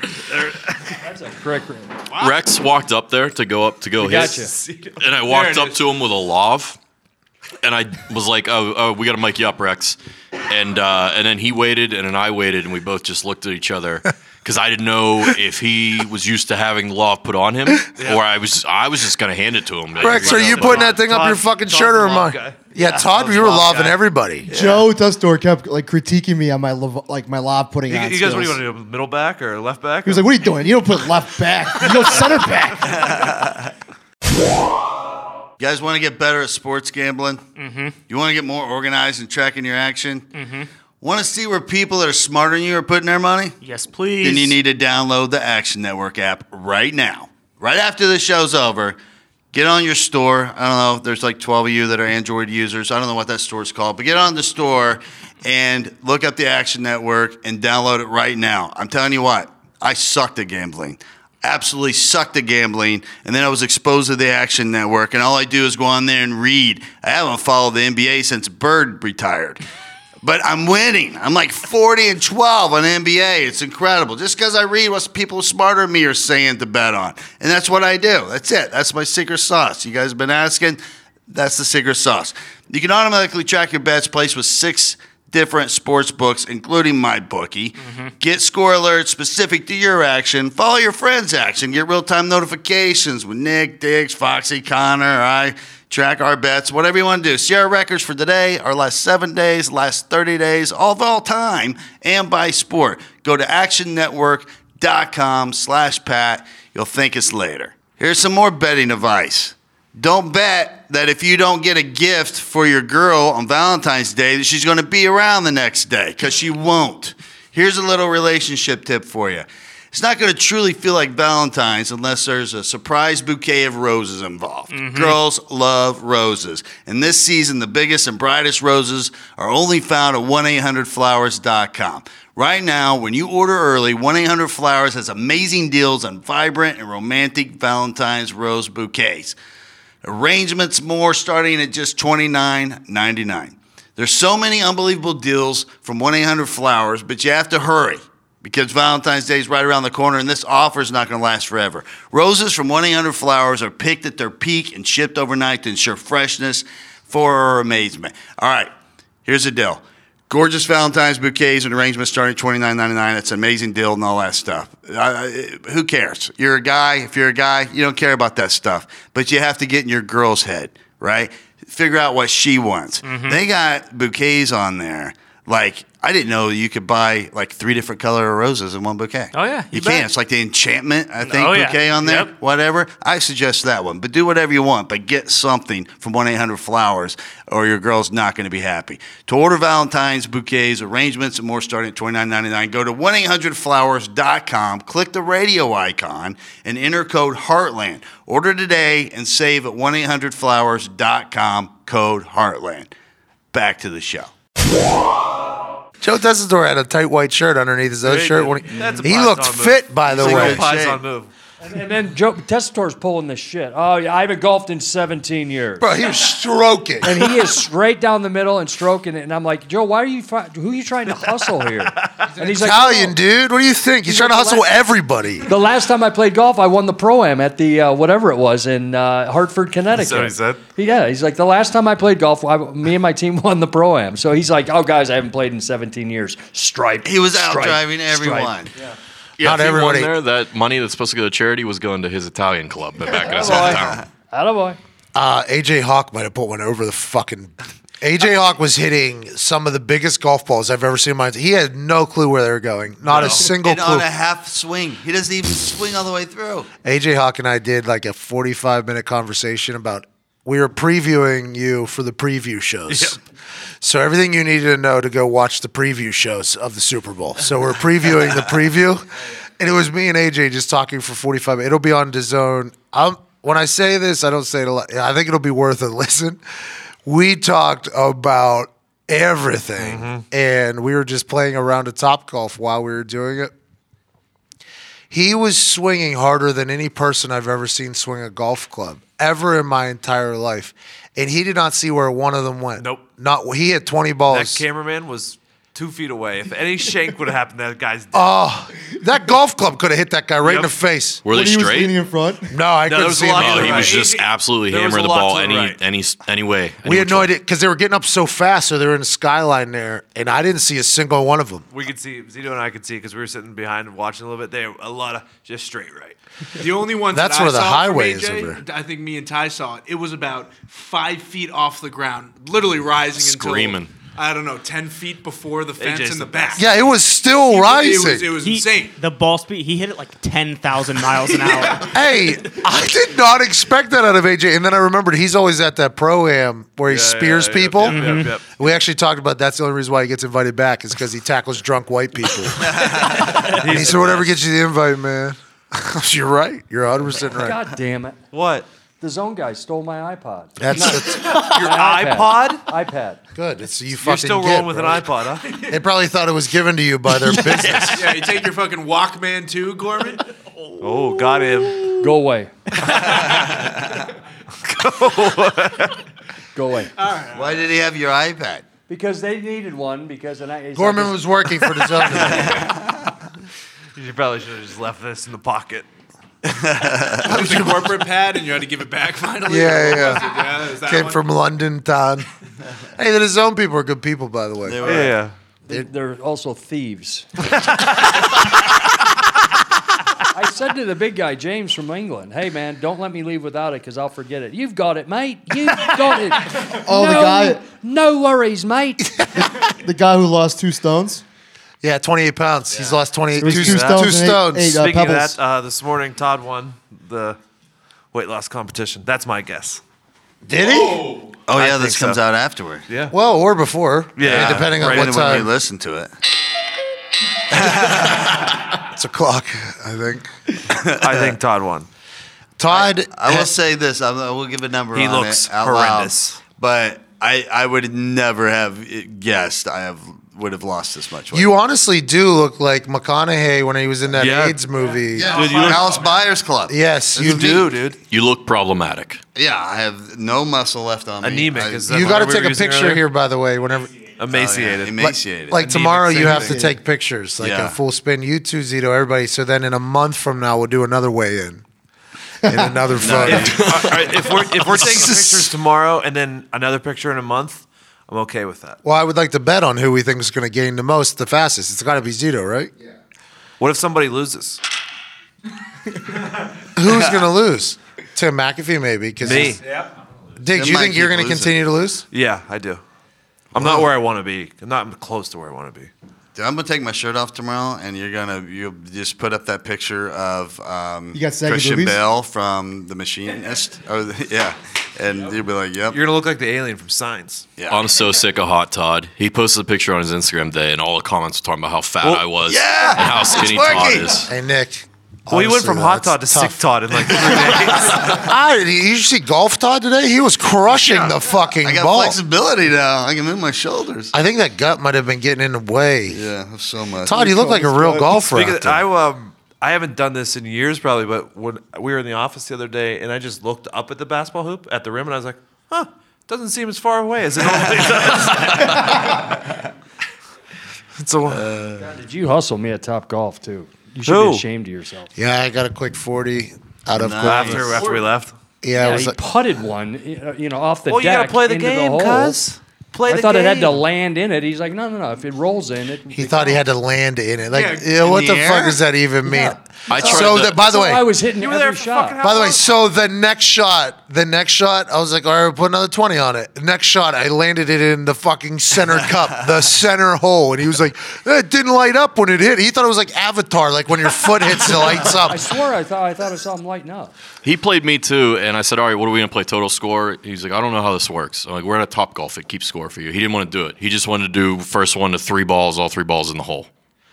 [SPEAKER 9] Correct, correct.
[SPEAKER 1] Rex walked up there to go up to go hit,
[SPEAKER 9] Gotcha.
[SPEAKER 1] and I
[SPEAKER 7] it
[SPEAKER 1] walked up
[SPEAKER 7] is.
[SPEAKER 1] to him with a love, and I was like, "Oh, oh we got to mic you up, Rex," and uh, and then he waited, and then I waited, and we both just looked at each other because I didn't know if he was used to having the love put on him, or I was I was just gonna hand it to him.
[SPEAKER 6] Rex, are you putting that thing up your fucking shirt or mine?
[SPEAKER 4] Guy.
[SPEAKER 6] Yeah, Todd, we were loving everybody.
[SPEAKER 8] Joe Dustor kept like critiquing me on my lav- like my lob putting
[SPEAKER 4] You,
[SPEAKER 8] on.
[SPEAKER 4] you guys, what do
[SPEAKER 8] skills.
[SPEAKER 4] you want to do? Middle back or left back?
[SPEAKER 8] He was like, "What are you doing? You don't put left back. You don't center back."
[SPEAKER 3] You guys want to get better at sports gambling? Mm-hmm. You want to get more organized and tracking your action? Mm-hmm. Want to see where people that are smarter than you are putting their money?
[SPEAKER 10] Yes, please.
[SPEAKER 3] Then you need to download the Action Network app right now. Right after the show's over, get on your store. I don't know if there's like 12 of you that are Android users. I don't know what that store's called, but get on the store and look up the Action Network and download it right now. I'm telling you what, I sucked at gambling. Absolutely sucked at gambling, and then I was exposed to the Action Network, and all I do is go on there and read. I haven't followed the NBA since Bird retired but I'm winning. I'm like 40 and 12 on NBA. It's incredible. Just because I read what people smarter than me are saying to bet on. And that's what I do. That's it. That's my secret sauce. You guys have been asking. That's the secret sauce. You can automatically track your bets placed with six different sports books, including my bookie. Get score alerts specific to your action. Follow your friends' action. Get real time notifications with Nick, Diggs, Foxy, Connor, I. Track our bets, whatever you want to do. See our records for today, our last seven days, last 30 days, all of all time, and by sport. Go to actionnetwork.com slash Pat. You'll think it's later. Here's some more betting advice. Don't bet that if you don't get a gift for your girl on Valentine's Day, that she's going to be around the next day because she won't. Here's a little relationship tip for you. It's not going to truly feel like Valentine's unless there's a surprise bouquet of roses involved. Girls love roses. And this season, the biggest and brightest roses are only found at 1 800flowers.com. Right now, when you order early, 1 800 Flowers has amazing deals on vibrant and romantic Valentine's rose bouquets. Arrangements more starting at just $29.99. There's so many unbelievable deals from 1 800 Flowers, but you have to hurry because Valentine's Day is right around the corner and this offer is not going to last forever. Roses from 1 800 Flowers are picked at their peak and shipped overnight to ensure freshness for amazement. All right, here's the deal. Gorgeous Valentine's bouquets and arrangements starting twenty nine ninety nine. That's an amazing deal and all that stuff. I, I, who cares? You're a guy. If you're a guy, you don't care about that stuff. But you have to get in your girl's head, right? Figure out what she wants.
[SPEAKER 10] Mm-hmm.
[SPEAKER 3] They got bouquets on there. Like I didn't know you could buy like three different color roses in one bouquet.
[SPEAKER 10] Oh, yeah,
[SPEAKER 3] you,
[SPEAKER 10] you
[SPEAKER 3] can.
[SPEAKER 10] bet.
[SPEAKER 3] It's like the enchantment. I think
[SPEAKER 10] Oh, yeah.
[SPEAKER 3] bouquet on there.
[SPEAKER 10] Yep.
[SPEAKER 3] Whatever. I suggest that one. But do whatever you want. But get something from one eight hundred flowers, or your girl's not going to be happy. To order Valentine's bouquets, arrangements, and more starting at twenty nine ninety nine, go to one eight hundred flowers.com. Click the radio icon and enter code Heartland. Order today and save at one eight hundred flowers.com. Code Heartland. Back to the show.
[SPEAKER 6] Joe Tessitore had a tight white shirt underneath his other
[SPEAKER 4] Yeah, he
[SPEAKER 6] shirt.
[SPEAKER 4] did.
[SPEAKER 6] When he
[SPEAKER 4] That's a
[SPEAKER 6] he
[SPEAKER 4] Python
[SPEAKER 6] looked
[SPEAKER 4] move.
[SPEAKER 6] fit, by the
[SPEAKER 4] He's
[SPEAKER 6] way.
[SPEAKER 4] like a Python move.
[SPEAKER 9] And, and then Joe Testator's pulling this shit. Oh yeah, I haven't golfed in 17 years.
[SPEAKER 6] Bro, he was stroking.
[SPEAKER 9] and he is straight down the middle and stroking it. And I'm like, Joe, why are you? Fi- who are you trying to hustle here? And he's
[SPEAKER 6] Italian
[SPEAKER 9] "Oh."
[SPEAKER 6] dude. What do you think? He's,
[SPEAKER 9] He's
[SPEAKER 6] trying to
[SPEAKER 9] like,
[SPEAKER 6] hustle
[SPEAKER 9] "What?"
[SPEAKER 6] everybody.
[SPEAKER 9] The last time I played golf, I won the pro am at the uh, whatever it was in uh, Hartford, Connecticut.
[SPEAKER 4] what he said?
[SPEAKER 9] Yeah, he's like the last time I played golf, I, me and my team won the pro am. So he's like, "Oh, guys, I haven't played in 17 years." Stripe.
[SPEAKER 3] He was out
[SPEAKER 9] stripe,
[SPEAKER 3] driving
[SPEAKER 9] stripe.
[SPEAKER 3] everyone.
[SPEAKER 1] Yeah,
[SPEAKER 6] Not
[SPEAKER 1] if he won
[SPEAKER 6] everybody-
[SPEAKER 1] There, that money that's supposed to go to charity was going to his Italian club back in his
[SPEAKER 9] Attaboy.
[SPEAKER 1] hometown.
[SPEAKER 9] Attaboy.
[SPEAKER 6] Uh, AJ Hawk might have put one over the fucking. AJ Hawk was hitting some of the biggest golf balls I've ever seen in my. He had no clue where they were going. Not a single
[SPEAKER 3] And
[SPEAKER 6] clue.
[SPEAKER 3] on a half swing. He doesn't even swing all the way through.
[SPEAKER 6] AJ Hawk and I did like a 45 minute conversation about we were previewing you for the preview shows. So everything you needed to know to go watch the preview shows of the Super Bowl. So we're previewing the preview. And it was me and AJ just talking for 45 minutes. It'll be on DAZN. I'm, when I say this, I don't say it a lot. I think it'll be worth a listen. We talked about everything. And we were just playing around a top golf while we were doing it he was swinging harder than any person I've ever seen swing a golf club ever in my entire life, and he did not see where one of them went.
[SPEAKER 4] Nope.
[SPEAKER 6] Not he hit twenty balls.
[SPEAKER 4] That cameraman was two feet away. If any shank would have happened, that guy's dead.
[SPEAKER 6] Oh, that golf club could have hit that guy right in the
[SPEAKER 4] Yep.
[SPEAKER 6] face.
[SPEAKER 1] Were they When he was straight? leaning
[SPEAKER 6] in front? No, I
[SPEAKER 4] No, there
[SPEAKER 6] couldn't
[SPEAKER 4] was a
[SPEAKER 6] see him.
[SPEAKER 4] lot to
[SPEAKER 1] Oh,
[SPEAKER 4] the
[SPEAKER 1] he
[SPEAKER 4] right.
[SPEAKER 1] was just
[SPEAKER 4] He-
[SPEAKER 1] absolutely
[SPEAKER 4] there was
[SPEAKER 1] hammering
[SPEAKER 4] a
[SPEAKER 1] the
[SPEAKER 4] lot
[SPEAKER 1] ball
[SPEAKER 4] to the
[SPEAKER 1] any
[SPEAKER 4] right.
[SPEAKER 1] any any way.
[SPEAKER 6] We had no idea because they were getting up so fast, so they were in the skyline there, and I didn't see a single one of them.
[SPEAKER 4] We could see Zito and I could see because we were sitting behind and watching a little bit. They a lot of just straight right.
[SPEAKER 7] The only ones
[SPEAKER 6] That's
[SPEAKER 7] that
[SPEAKER 6] where
[SPEAKER 7] I
[SPEAKER 6] the
[SPEAKER 7] saw
[SPEAKER 6] highway
[SPEAKER 7] from
[SPEAKER 6] is
[SPEAKER 7] AJ,
[SPEAKER 6] over.
[SPEAKER 7] I think me and Ty saw it. It was about five feet off the ground, literally rising,
[SPEAKER 1] Screaming.
[SPEAKER 7] Until, I don't know, ten feet before the fence
[SPEAKER 4] AJ's
[SPEAKER 7] in the
[SPEAKER 4] the
[SPEAKER 7] back.
[SPEAKER 6] Yeah, it was still
[SPEAKER 7] It was-
[SPEAKER 6] rising.
[SPEAKER 7] It was, it was
[SPEAKER 10] He-
[SPEAKER 7] insane.
[SPEAKER 10] The ball speed, he hit it like 10,000 miles an hour.
[SPEAKER 6] Hey, I did not expect that out of AJ. And then I remembered he's always at that pro am where he spears
[SPEAKER 4] yep,
[SPEAKER 6] people.
[SPEAKER 4] yep, yep, yep.
[SPEAKER 6] We actually talked about that's the only reason why he gets invited back is because he tackles drunk white people. and he said, "Whatever gets you the invite, man." You're right. You're 100 percent right.
[SPEAKER 9] God damn it.
[SPEAKER 4] What?
[SPEAKER 9] The zone guy stole my iPod.
[SPEAKER 6] That's, that's
[SPEAKER 4] Your
[SPEAKER 9] My
[SPEAKER 4] iPod?
[SPEAKER 9] iPod? iPad.
[SPEAKER 6] good. It's you fucking.
[SPEAKER 4] You're still
[SPEAKER 6] get,
[SPEAKER 4] rolling with
[SPEAKER 6] bro.
[SPEAKER 4] an iPod, huh?
[SPEAKER 6] They probably thought it was given to you by their business.
[SPEAKER 7] yeah, you take your fucking Walkman too, Gorman.
[SPEAKER 4] oh, got him.
[SPEAKER 9] Go away. Go away.
[SPEAKER 3] Why did he have your iPad?
[SPEAKER 9] Because they needed one. Because and I it's like
[SPEAKER 6] Gorman
[SPEAKER 9] this-
[SPEAKER 6] was working for the zone.
[SPEAKER 4] You probably should have just left this in the pocket.
[SPEAKER 7] It was a corporate pad, and you had to give it back finally.
[SPEAKER 6] Yeah, yeah,
[SPEAKER 7] What was it?
[SPEAKER 6] yeah.
[SPEAKER 7] yeah. is that
[SPEAKER 6] Came
[SPEAKER 7] one?
[SPEAKER 6] from London town. Hey, the zone people are good people, by the way.
[SPEAKER 4] Yeah.
[SPEAKER 9] They- They're also thieves. I said to the big guy, James from England, hey man, don't let me leave without it because I'll forget it. You've got it, mate. You've got it.
[SPEAKER 8] Oh,
[SPEAKER 9] no,
[SPEAKER 8] the guy-
[SPEAKER 9] No worries, mate.
[SPEAKER 8] The guy who lost two stones.
[SPEAKER 6] Yeah, 28 pounds. He's lost 28
[SPEAKER 8] It was
[SPEAKER 6] two,
[SPEAKER 8] two
[SPEAKER 6] stones.
[SPEAKER 8] stones
[SPEAKER 6] Two
[SPEAKER 8] and eight-
[SPEAKER 6] stones.
[SPEAKER 8] eight, Uh,
[SPEAKER 4] Speaking of
[SPEAKER 8] Pebbles.
[SPEAKER 4] that, uh, this morning Todd won the weight loss competition. That's my guess.
[SPEAKER 6] Did he?
[SPEAKER 3] Oh yeah,
[SPEAKER 4] think
[SPEAKER 3] this comes
[SPEAKER 4] so.
[SPEAKER 3] out afterward.
[SPEAKER 6] Well, or before.
[SPEAKER 4] Yeah.
[SPEAKER 6] depending on
[SPEAKER 3] Right
[SPEAKER 6] what
[SPEAKER 3] when we
[SPEAKER 6] time.
[SPEAKER 3] listen to it.
[SPEAKER 6] It's a clock, I think.
[SPEAKER 4] I think Todd won.
[SPEAKER 6] Todd,
[SPEAKER 3] I will say this. I will I will give a number.
[SPEAKER 4] He
[SPEAKER 3] on
[SPEAKER 4] looks
[SPEAKER 3] it out
[SPEAKER 4] horrendous.
[SPEAKER 3] loud, but I, I would never have guessed I have would have lost this much weight.
[SPEAKER 6] you honestly do look like McConaughey when he was in that
[SPEAKER 1] Yeah.
[SPEAKER 6] AIDS movie.
[SPEAKER 3] yeah, Alice Buyers Club.
[SPEAKER 6] Yes,
[SPEAKER 3] This
[SPEAKER 6] you
[SPEAKER 3] is
[SPEAKER 6] do,
[SPEAKER 3] me.
[SPEAKER 4] dude.
[SPEAKER 1] You look problematic.
[SPEAKER 3] Yeah, I have no muscle left on me.
[SPEAKER 4] Anemic
[SPEAKER 3] I-
[SPEAKER 4] is the-
[SPEAKER 6] You
[SPEAKER 4] That's
[SPEAKER 6] got
[SPEAKER 4] what
[SPEAKER 6] to
[SPEAKER 4] we
[SPEAKER 6] take
[SPEAKER 4] were
[SPEAKER 6] a
[SPEAKER 4] using
[SPEAKER 6] picture
[SPEAKER 4] earlier.
[SPEAKER 6] here, by the way. Whenever,
[SPEAKER 3] Oh, yeah,
[SPEAKER 4] Emaciated.
[SPEAKER 3] emaciated.
[SPEAKER 6] like tomorrow, you
[SPEAKER 8] same
[SPEAKER 6] have to
[SPEAKER 8] thing.
[SPEAKER 6] take pictures, like
[SPEAKER 3] Yeah.
[SPEAKER 6] a full spin. You two, Zito, everybody. So then, in a month from now, we'll do another weigh-in and another photo.
[SPEAKER 4] All right, if we're if we're taking pictures tomorrow and then another picture in a month, I'm okay with that.
[SPEAKER 6] Well, I would like to bet on who we think is going to gain the most, the fastest. It's got to be Zito, right?
[SPEAKER 4] What if somebody loses?
[SPEAKER 6] Who's going to lose? Tim McAfee, maybe. Cause
[SPEAKER 4] Me.
[SPEAKER 6] he's- Dick,
[SPEAKER 3] Tim
[SPEAKER 6] do you
[SPEAKER 3] might
[SPEAKER 6] think you're
[SPEAKER 3] keep
[SPEAKER 6] going to
[SPEAKER 3] losing.
[SPEAKER 6] continue to lose?
[SPEAKER 4] Yeah, I do. I'm not where I want to be. I'm not close to where I want to be.
[SPEAKER 3] Dude, I'm gonna take my shirt off tomorrow, and you're gonna you will just put up that picture of um,
[SPEAKER 8] You got saggy
[SPEAKER 3] Christian
[SPEAKER 8] boobies?
[SPEAKER 3] Bell from The Machinist. Oh, yeah, and you'll be like, "Yep,
[SPEAKER 4] You're gonna look like the alien from Signs.
[SPEAKER 3] yeah."
[SPEAKER 1] I'm so sick of Hot Todd. He posted a picture on his Instagram today, and all the comments were talking about how fat I was
[SPEAKER 3] yeah,
[SPEAKER 1] and how
[SPEAKER 3] it's
[SPEAKER 1] skinny Todd
[SPEAKER 3] working.
[SPEAKER 1] is.
[SPEAKER 6] Hey, Nick.
[SPEAKER 4] Well, he went
[SPEAKER 6] honestly,
[SPEAKER 4] from
[SPEAKER 6] though,
[SPEAKER 4] hot
[SPEAKER 6] it's
[SPEAKER 4] Todd to
[SPEAKER 6] tough.
[SPEAKER 4] sick Todd in like three days.
[SPEAKER 6] I, did you see golf Todd today? He was crushing the fucking
[SPEAKER 3] I got
[SPEAKER 6] ball.
[SPEAKER 3] flexibility now. I can move my shoulders.
[SPEAKER 6] I think that gut might have been getting in the way.
[SPEAKER 3] yeah, I have so much.
[SPEAKER 6] Todd, you look like a real golfer.
[SPEAKER 4] Because
[SPEAKER 6] out there.
[SPEAKER 4] I um I haven't done this in years probably, but when we were in the office the other day and I just looked up at the basketball hoop at the rim and I was like, huh, doesn't seem as far away as it normally does. it's a,
[SPEAKER 9] Did you hustle me at Top Golf too? You should
[SPEAKER 4] Who?
[SPEAKER 9] be ashamed of yourself.
[SPEAKER 6] yeah, I got a quick 40 out of
[SPEAKER 3] Nice.
[SPEAKER 4] after after we left.
[SPEAKER 6] Yeah, it
[SPEAKER 9] Yeah,
[SPEAKER 6] was
[SPEAKER 9] he
[SPEAKER 6] like,
[SPEAKER 9] putted one, uh, you know, off the
[SPEAKER 4] Well, you
[SPEAKER 9] deck
[SPEAKER 4] gotta play the
[SPEAKER 9] into
[SPEAKER 4] game,
[SPEAKER 9] hole.
[SPEAKER 4] cuz. Play
[SPEAKER 9] I
[SPEAKER 4] the
[SPEAKER 9] thought
[SPEAKER 4] game.
[SPEAKER 9] it had to land in it. He's like, no, no, no. If it rolls in, it.
[SPEAKER 6] he thought he had to land in it. Like,
[SPEAKER 3] Yeah,
[SPEAKER 6] yeah,
[SPEAKER 3] in
[SPEAKER 6] what
[SPEAKER 3] the
[SPEAKER 6] the,
[SPEAKER 3] air?
[SPEAKER 6] fuck does that even mean?
[SPEAKER 1] I tried
[SPEAKER 6] So,
[SPEAKER 1] to-
[SPEAKER 6] that, by the
[SPEAKER 9] So
[SPEAKER 6] way,
[SPEAKER 9] I was hitting
[SPEAKER 4] You were
[SPEAKER 9] every
[SPEAKER 4] there for
[SPEAKER 9] shot.
[SPEAKER 4] fucking how
[SPEAKER 6] By the way,
[SPEAKER 4] long?
[SPEAKER 6] so the next shot, the next shot, I was like, all right, we'll put another 20 on it. Next shot, I landed it in the fucking center cup, the center hole. And he was like, it didn't light up when it hit. He thought it was like Avatar, like when your foot hits, it lights
[SPEAKER 9] I
[SPEAKER 6] up.
[SPEAKER 9] swore I thought I thought I saw him lighten up.
[SPEAKER 1] He played me too, and I said, "All right, what are we gonna play total score?" He's like, "I don't know how this works." I'm like, "We're at a top golf; it keeps score for you." He didn't want to do it. He just wanted to do first one to three balls, all three balls in the hole.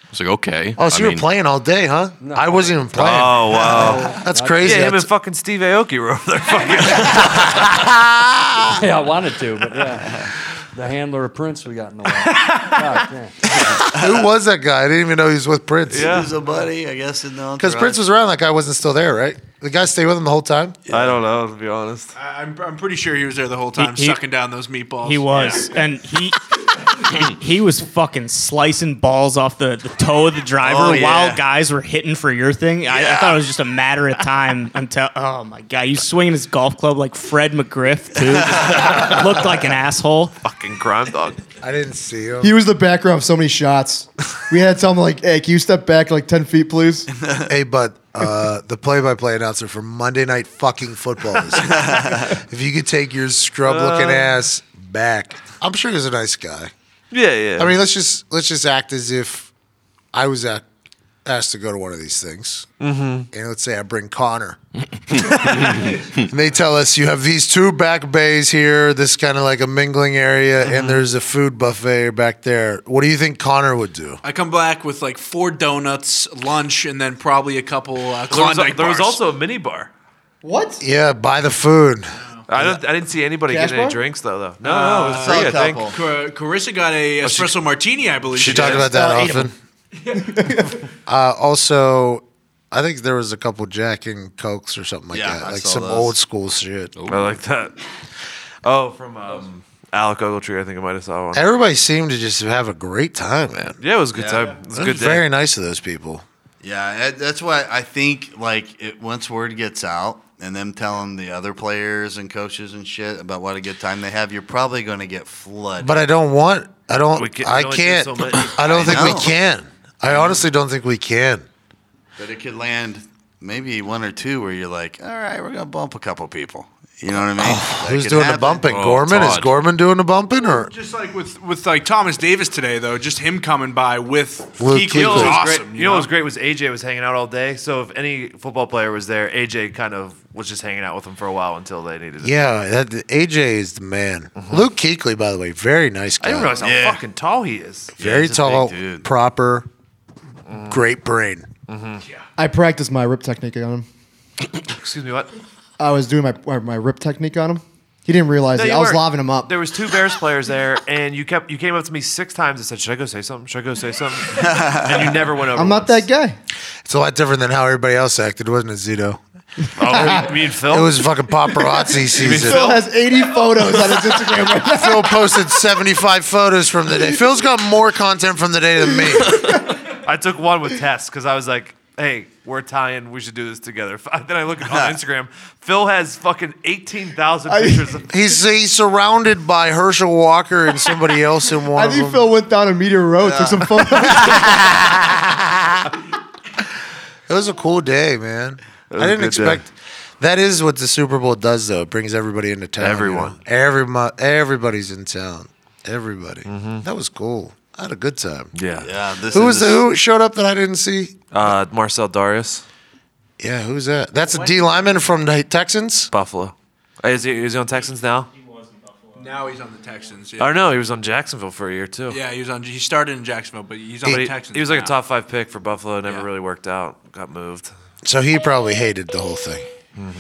[SPEAKER 1] I was like, "Okay."
[SPEAKER 6] Oh, so
[SPEAKER 1] I
[SPEAKER 6] you
[SPEAKER 1] mean,
[SPEAKER 6] were playing all day, huh? I wasn't even playing.
[SPEAKER 4] Oh wow.
[SPEAKER 6] That's crazy.
[SPEAKER 4] Yeah, him and
[SPEAKER 6] That's-
[SPEAKER 4] fucking Steve Aoki were over there. Fucking.
[SPEAKER 9] Yeah, I wanted to, but yeah. The handler of Prince we got in the way. God, damn.
[SPEAKER 6] who was that guy? I didn't even know he was with Prince.
[SPEAKER 4] Yeah.
[SPEAKER 3] He's a buddy, I guess. in the
[SPEAKER 6] Because
[SPEAKER 3] entourage.
[SPEAKER 6] Prince was around, that guy wasn't still there, right? The guy stayed with him the whole time.
[SPEAKER 4] I don't know, to be honest.
[SPEAKER 7] I- I'm, I'm pretty sure he was there the whole time
[SPEAKER 10] he-
[SPEAKER 7] sucking down those meatballs.
[SPEAKER 10] He was,
[SPEAKER 7] Yeah.
[SPEAKER 10] and he he was fucking slicing balls off the, the toe of the driver
[SPEAKER 7] Oh, yeah.
[SPEAKER 10] while guys were hitting for your thing. I, I thought it was just a matter of time until oh my god, you swinging his golf club like Fred McGriff too. Looked like an asshole.
[SPEAKER 4] Fucking crime dog.
[SPEAKER 6] I didn't see him.
[SPEAKER 8] He was the background of so many shots. We had to tell him like, "Hey, can you step back like ten feet, please?"
[SPEAKER 6] hey, but uh, the play-by-play announcer for Monday Night Fucking Football. is here. if you could take your scrub-looking
[SPEAKER 4] Uh.
[SPEAKER 6] ass back, I'm sure he's a nice guy.
[SPEAKER 4] Yeah, yeah.
[SPEAKER 6] I mean, let's just let's just act as if I was at, asked to go to one of these things, mm-hmm. and let's say I bring Connor, and they tell us you have these two back bays here, this kind of like a mingling area, and there's a food buffet back there. What do you think Connor would do?
[SPEAKER 7] I come back with like four donuts, lunch, and then probably a couple uh,
[SPEAKER 4] There was,
[SPEAKER 7] Klondike
[SPEAKER 4] there was
[SPEAKER 7] bars.
[SPEAKER 4] also a mini bar.
[SPEAKER 8] What?
[SPEAKER 6] Yeah, buy the food.
[SPEAKER 4] I don't. I didn't see anybody
[SPEAKER 8] Cash
[SPEAKER 4] getting any
[SPEAKER 8] bar? Oh,
[SPEAKER 4] drinks though. Though no, no, it was free. I think.
[SPEAKER 8] couple.
[SPEAKER 7] Ca- Carissa got
[SPEAKER 4] Oh,
[SPEAKER 7] a espresso martini, I believe.
[SPEAKER 6] She talked
[SPEAKER 7] did.
[SPEAKER 6] about that
[SPEAKER 8] Uh, eat 'em.
[SPEAKER 6] often. uh, also, I think there was a couple Jack and Cokes or something like
[SPEAKER 1] Yeah,
[SPEAKER 6] that,
[SPEAKER 1] I
[SPEAKER 6] like
[SPEAKER 1] saw
[SPEAKER 6] some
[SPEAKER 1] those.
[SPEAKER 6] old school shit.
[SPEAKER 4] I like that. Oh, from um, Alec Ogletree. I think I might have saw one.
[SPEAKER 6] Everybody seemed to just have a great time, man.
[SPEAKER 4] Yeah, it was a good time. It was a
[SPEAKER 6] That's
[SPEAKER 4] good day.
[SPEAKER 6] very nice of those people.
[SPEAKER 3] Yeah, that- that's why I think like it, once word gets out and them telling the other players and coaches and shit about what a good time they have, you're probably going to get flooded.
[SPEAKER 6] But I don't want. I don't.
[SPEAKER 4] We can- we
[SPEAKER 6] I
[SPEAKER 4] can only do
[SPEAKER 6] can't.
[SPEAKER 4] so much.
[SPEAKER 6] I don't think we
[SPEAKER 3] know.
[SPEAKER 6] can. I honestly don't think we can.
[SPEAKER 3] But it could land maybe one or two where you're like, all right, we're going to bump a couple people. You know what I mean? That
[SPEAKER 6] Oh, Who's
[SPEAKER 3] could
[SPEAKER 6] doing the
[SPEAKER 3] happen.
[SPEAKER 6] bumping?
[SPEAKER 1] Oh,
[SPEAKER 6] Gorman is
[SPEAKER 1] Todd.
[SPEAKER 6] Gorman doing the bumping or?
[SPEAKER 7] Just like with with like Thomas Davis today, though, just him coming by with
[SPEAKER 6] Luke Kuechly.
[SPEAKER 7] Keekly was
[SPEAKER 6] You know
[SPEAKER 4] Great-
[SPEAKER 7] awesome.
[SPEAKER 4] You know what was great was AJ was hanging out all day. So if any football player was there, AJ kind of was just hanging out with them for a while until they needed. it.
[SPEAKER 6] Yeah, that, AJ is the man. Luke Keekley, by the way, very nice guy.
[SPEAKER 4] I didn't realize how
[SPEAKER 3] Yeah.
[SPEAKER 4] fucking tall he is.
[SPEAKER 6] very
[SPEAKER 3] he's a
[SPEAKER 6] tall,
[SPEAKER 3] big dude.
[SPEAKER 6] proper, great brain.
[SPEAKER 8] I practiced my rip technique on him.
[SPEAKER 4] Excuse me, what?
[SPEAKER 8] I was doing my my, my rip technique on him. He didn't realize
[SPEAKER 4] No,
[SPEAKER 8] it.
[SPEAKER 4] you
[SPEAKER 8] I was
[SPEAKER 4] weren't.
[SPEAKER 8] lobbing him up.
[SPEAKER 4] There was two Bears players there, and you kept you came up to me six times and said, "Should I go say something? Should I go say something?" and you never went over.
[SPEAKER 8] I'm not that guy.
[SPEAKER 6] It's a lot different than how everybody else acted, wasn't it, Zito?
[SPEAKER 4] guy. Oh, you mean Phil?
[SPEAKER 6] It was fucking paparazzi season.
[SPEAKER 8] Phil has 80 photos on his Instagram right now.
[SPEAKER 6] Phil posted 75 photos from the day. Phil's got more content from the day than me.
[SPEAKER 4] I took one with Tess because I was like, "Hey, we're Italian. We should do this together." Then I look at on Instagram. Phil has fucking eighteen thousand
[SPEAKER 8] I-
[SPEAKER 4] pictures. of
[SPEAKER 6] He's he's surrounded by Herschel Walker and somebody else in one
[SPEAKER 8] I
[SPEAKER 6] of
[SPEAKER 8] think
[SPEAKER 6] them.
[SPEAKER 8] Phil went down a meteor road, took some photos.
[SPEAKER 6] it was a cool day, man. I didn't
[SPEAKER 4] good day.
[SPEAKER 6] expect. That is what the Super Bowl does, though. It brings everybody into town. you
[SPEAKER 4] Everyone.
[SPEAKER 6] know? Every mo- everybody's in town. Everybody. That was cool. I had a good time.
[SPEAKER 4] Yeah.
[SPEAKER 3] Yeah, this
[SPEAKER 6] Who
[SPEAKER 3] is
[SPEAKER 6] was the who showed up that I didn't see?
[SPEAKER 4] Uh, Marcel Darius,
[SPEAKER 6] Yeah, who's that? That's a D lineman from the Texans.
[SPEAKER 4] Buffalo. Uh, Is he, is he on Texans now?
[SPEAKER 7] Now he's on the Texans. Yeah.
[SPEAKER 4] Or no, he was on Jacksonville for a year too.
[SPEAKER 7] Yeah, he was on. He started in Jacksonville, but he's on
[SPEAKER 4] But
[SPEAKER 7] the
[SPEAKER 4] he,
[SPEAKER 7] Texans.
[SPEAKER 4] he was like
[SPEAKER 7] now.
[SPEAKER 4] a top five pick for Buffalo. Never
[SPEAKER 7] Yeah.
[SPEAKER 4] really worked out. Got moved.
[SPEAKER 6] So he probably hated the whole thing.
[SPEAKER 4] And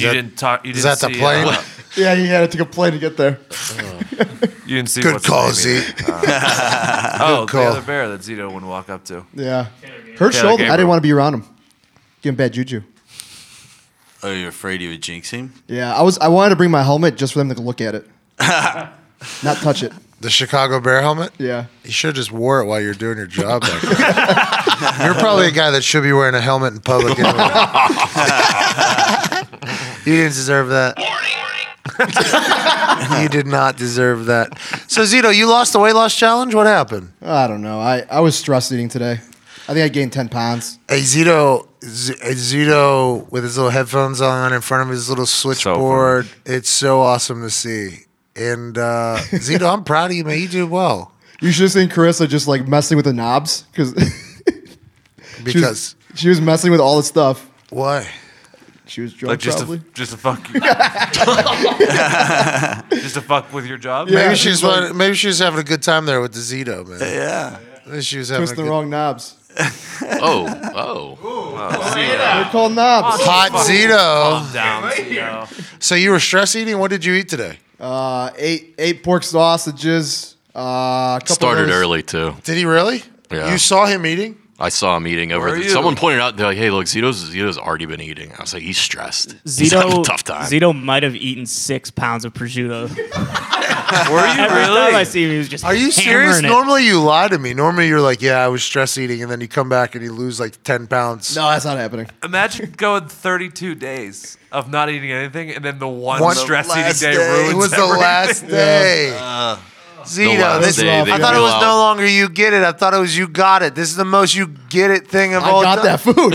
[SPEAKER 4] you
[SPEAKER 6] that-
[SPEAKER 4] didn't talk. You
[SPEAKER 6] Is
[SPEAKER 4] didn't
[SPEAKER 6] that the
[SPEAKER 4] see,
[SPEAKER 6] plane?
[SPEAKER 4] uh,
[SPEAKER 8] yeah, he had to take a plane to get there.
[SPEAKER 4] you didn't see.
[SPEAKER 6] Good
[SPEAKER 4] what's
[SPEAKER 6] call,
[SPEAKER 4] his name
[SPEAKER 6] Z.
[SPEAKER 4] either. Uh, oh,
[SPEAKER 6] call.
[SPEAKER 4] the other bear that Zito wouldn't walk up to.
[SPEAKER 8] Yeah. Hurt shoulder. I
[SPEAKER 4] Gabriel.
[SPEAKER 8] didn't want to be around him. Give him bad juju.
[SPEAKER 3] Oh, you're afraid you would jinx him?
[SPEAKER 8] Yeah, I was. I wanted to bring my helmet just for them to look at it, not touch it.
[SPEAKER 6] The Chicago Bear helmet?
[SPEAKER 8] Yeah.
[SPEAKER 6] You should have just wore it while you're doing your job. Back there. you're probably a guy that should be wearing a helmet in public. Anyway. you didn't deserve that. you did not deserve that. So Zito, you lost the weight loss challenge. What happened?
[SPEAKER 8] I don't know. I, I was stress eating today. I think I gained ten pounds.
[SPEAKER 6] Hey Zito, Z- hey, Zito with his little headphones on in front of his little switchboard. it's so awesome to see. And uh, Zito, I'm proud of you, man. You did well
[SPEAKER 8] You should have seen Carissa just like messing with the knobs because she,
[SPEAKER 6] because
[SPEAKER 8] was, she was messing with all the stuff.
[SPEAKER 6] why?
[SPEAKER 8] She was
[SPEAKER 4] Like
[SPEAKER 8] drunk
[SPEAKER 4] just
[SPEAKER 8] probably.
[SPEAKER 4] to, just to fuck you. just to fuck with your job.
[SPEAKER 8] Yeah,
[SPEAKER 6] maybe
[SPEAKER 8] she's
[SPEAKER 6] she's
[SPEAKER 8] like-
[SPEAKER 6] wanted- maybe she was having a good time there with the Zito man.
[SPEAKER 3] Yeah.
[SPEAKER 6] Maybe She was having a
[SPEAKER 8] Twist the
[SPEAKER 6] good,
[SPEAKER 8] wrong knobs.
[SPEAKER 1] Oh, oh.
[SPEAKER 8] They're called knobs.
[SPEAKER 6] hot Zito.
[SPEAKER 4] Down, Zito.
[SPEAKER 6] So you were stress eating. What did you eat today?
[SPEAKER 8] Uh, eight eight pork sausages. Uh, a couple of
[SPEAKER 1] Started
[SPEAKER 8] those-
[SPEAKER 1] early too.
[SPEAKER 6] Did he really?
[SPEAKER 1] Yeah.
[SPEAKER 6] You saw him eating.
[SPEAKER 1] I saw him eating over.
[SPEAKER 11] Where are
[SPEAKER 1] The,
[SPEAKER 11] you?
[SPEAKER 1] someone pointed out, they're like, "Hey, look, Zito's Zito's already been eating." I was like, "He's stressed. He's having a
[SPEAKER 11] Zito,
[SPEAKER 1] tough time."
[SPEAKER 11] Zito might have eaten six pounds of prosciutto.
[SPEAKER 4] Were
[SPEAKER 11] you Every really? time I see him, he was just
[SPEAKER 6] Are you
[SPEAKER 11] hammering
[SPEAKER 6] serious?
[SPEAKER 11] it.
[SPEAKER 6] Normally you lie to me. Normally you're like, yeah, I was stress eating, and then you come back and you lose like ten pounds.
[SPEAKER 8] No, that's not happening.
[SPEAKER 4] Imagine going 32 days of not eating anything, and then the one,
[SPEAKER 6] One
[SPEAKER 4] stress eating
[SPEAKER 6] last
[SPEAKER 4] day,
[SPEAKER 6] day.
[SPEAKER 4] ruins
[SPEAKER 6] It was the
[SPEAKER 4] everything.
[SPEAKER 6] last day. Uh, Zito, this I thought it was no longer you get it. I thought it was you got it. This is the most you get it thing of
[SPEAKER 8] I
[SPEAKER 6] all
[SPEAKER 8] got
[SPEAKER 6] time.
[SPEAKER 8] that food.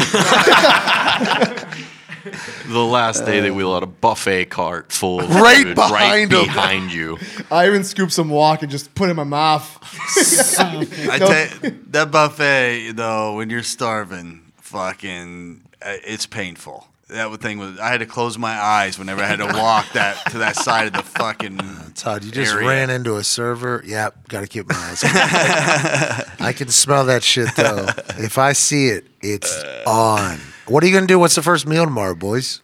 [SPEAKER 1] the last day they wheel out a buffet cart full of
[SPEAKER 8] Right
[SPEAKER 1] food
[SPEAKER 8] behind
[SPEAKER 1] right
[SPEAKER 8] him.
[SPEAKER 1] behind you.
[SPEAKER 8] I even scooped some walk and just put it in my mouth.
[SPEAKER 3] I
[SPEAKER 8] No.
[SPEAKER 3] tell that buffet though, when you're starving, fucking, uh, it's painful. That would thing was I had to close my eyes whenever I had to walk that to that side of the fucking.
[SPEAKER 6] Todd, you just
[SPEAKER 3] area.
[SPEAKER 6] ran into a server. Yep, got to keep my eyes. open. I can smell that shit though. If I see it, it's on. What are you gonna do? What's the first meal tomorrow, boys?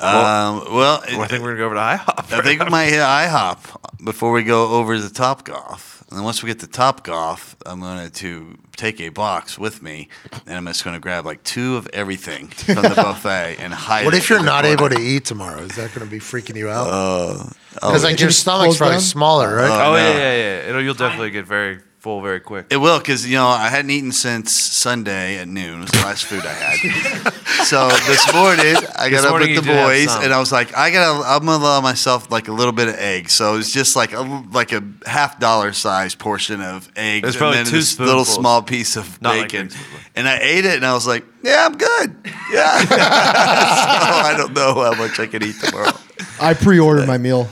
[SPEAKER 3] Um, well,
[SPEAKER 4] I think we're gonna go over to IHOP.
[SPEAKER 3] I think we might hit IHOP before we go over to Top Golf. And then once we get to Top Golf, I'm going to take a box with me, and I'm just going to grab like two of everything from the buffet and hide.
[SPEAKER 6] What
[SPEAKER 3] it
[SPEAKER 6] if you're
[SPEAKER 3] in the
[SPEAKER 6] not
[SPEAKER 3] corner.
[SPEAKER 6] able to eat tomorrow? Is that gonna be freaking you out?
[SPEAKER 3] Uh,
[SPEAKER 6] Because like your stomach's probably smaller, right?
[SPEAKER 4] Oh, yeah, yeah, yeah. It'll, you'll definitely get very full very quick.
[SPEAKER 3] It will, because you know I hadn't eaten since Sunday at noon. It was the last food I had. so this morning I
[SPEAKER 4] This
[SPEAKER 3] got up
[SPEAKER 4] morning
[SPEAKER 3] with
[SPEAKER 4] you
[SPEAKER 3] the
[SPEAKER 4] did have
[SPEAKER 3] boys,
[SPEAKER 4] some.
[SPEAKER 3] and I was like, I gotta, I'm gonna allow myself like a little bit of egg. So it's just like a like a half dollar size portion of eggs,
[SPEAKER 4] There's probably
[SPEAKER 3] and then
[SPEAKER 4] two
[SPEAKER 3] this little
[SPEAKER 4] spoonfuls.
[SPEAKER 3] small piece of
[SPEAKER 4] Not like
[SPEAKER 3] bacon. and I ate it, and I was like, Yeah, I'm good. Yeah. so I don't know how much I can eat tomorrow.
[SPEAKER 8] I pre-ordered my meal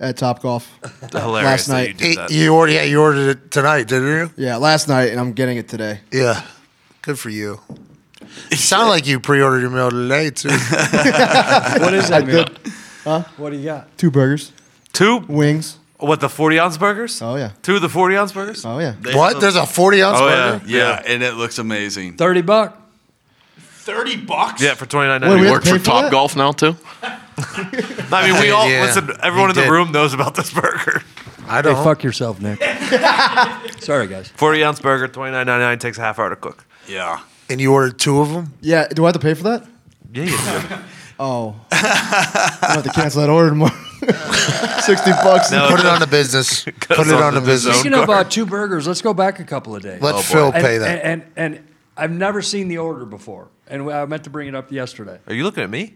[SPEAKER 8] at Top Golf last
[SPEAKER 6] Hilarious that
[SPEAKER 8] night.
[SPEAKER 6] you did Hey, that. you ordered- yeah, you ordered it tonight, didn't you?
[SPEAKER 8] Yeah, last night, and I'm getting it today.
[SPEAKER 6] Yeah. Good for you. It sounded like you pre-ordered your meal today too.
[SPEAKER 9] what is that
[SPEAKER 8] I
[SPEAKER 9] meal?
[SPEAKER 8] did. Huh?
[SPEAKER 9] What do you got?
[SPEAKER 8] Two burgers,
[SPEAKER 4] two
[SPEAKER 8] wings.
[SPEAKER 4] What, the 40 ounce burgers?
[SPEAKER 8] Oh, yeah.
[SPEAKER 4] Two of the 40 ounce burgers?
[SPEAKER 8] Oh, yeah.
[SPEAKER 6] What? There's a 40 ounce
[SPEAKER 4] Oh, yeah.
[SPEAKER 6] burger?
[SPEAKER 3] Yeah, and it looks amazing.
[SPEAKER 9] Thirty buck.
[SPEAKER 7] Thirty bucks.
[SPEAKER 4] Yeah, for twenty nine
[SPEAKER 1] Wait, we
[SPEAKER 4] ninety.
[SPEAKER 1] have to pay for that?
[SPEAKER 4] Golf now too. I mean, we all
[SPEAKER 1] Yeah,
[SPEAKER 4] listen. Everyone
[SPEAKER 1] he
[SPEAKER 4] in the
[SPEAKER 1] did.
[SPEAKER 4] room knows about this burger.
[SPEAKER 6] I
[SPEAKER 9] Hey, fuck yourself, Nick. Sorry, guys.
[SPEAKER 4] Forty ounce burger, twenty nine ninety nine takes a half hour to cook.
[SPEAKER 3] Yeah.
[SPEAKER 6] And you ordered two of them?
[SPEAKER 8] Yeah, do I have to pay for that?
[SPEAKER 4] Yeah,
[SPEAKER 8] Oh, I have to cancel that order tomorrow. Sixty bucks.
[SPEAKER 6] No, Put it on the business. Put it on the business.
[SPEAKER 9] Speaking of uh, two burgers, let's go back a couple of days.
[SPEAKER 6] Let Oh, boy. Phil
[SPEAKER 9] And-
[SPEAKER 6] pay that.
[SPEAKER 9] And, and and I've never seen the order before, and I meant to bring it up yesterday.
[SPEAKER 4] Are you looking at me?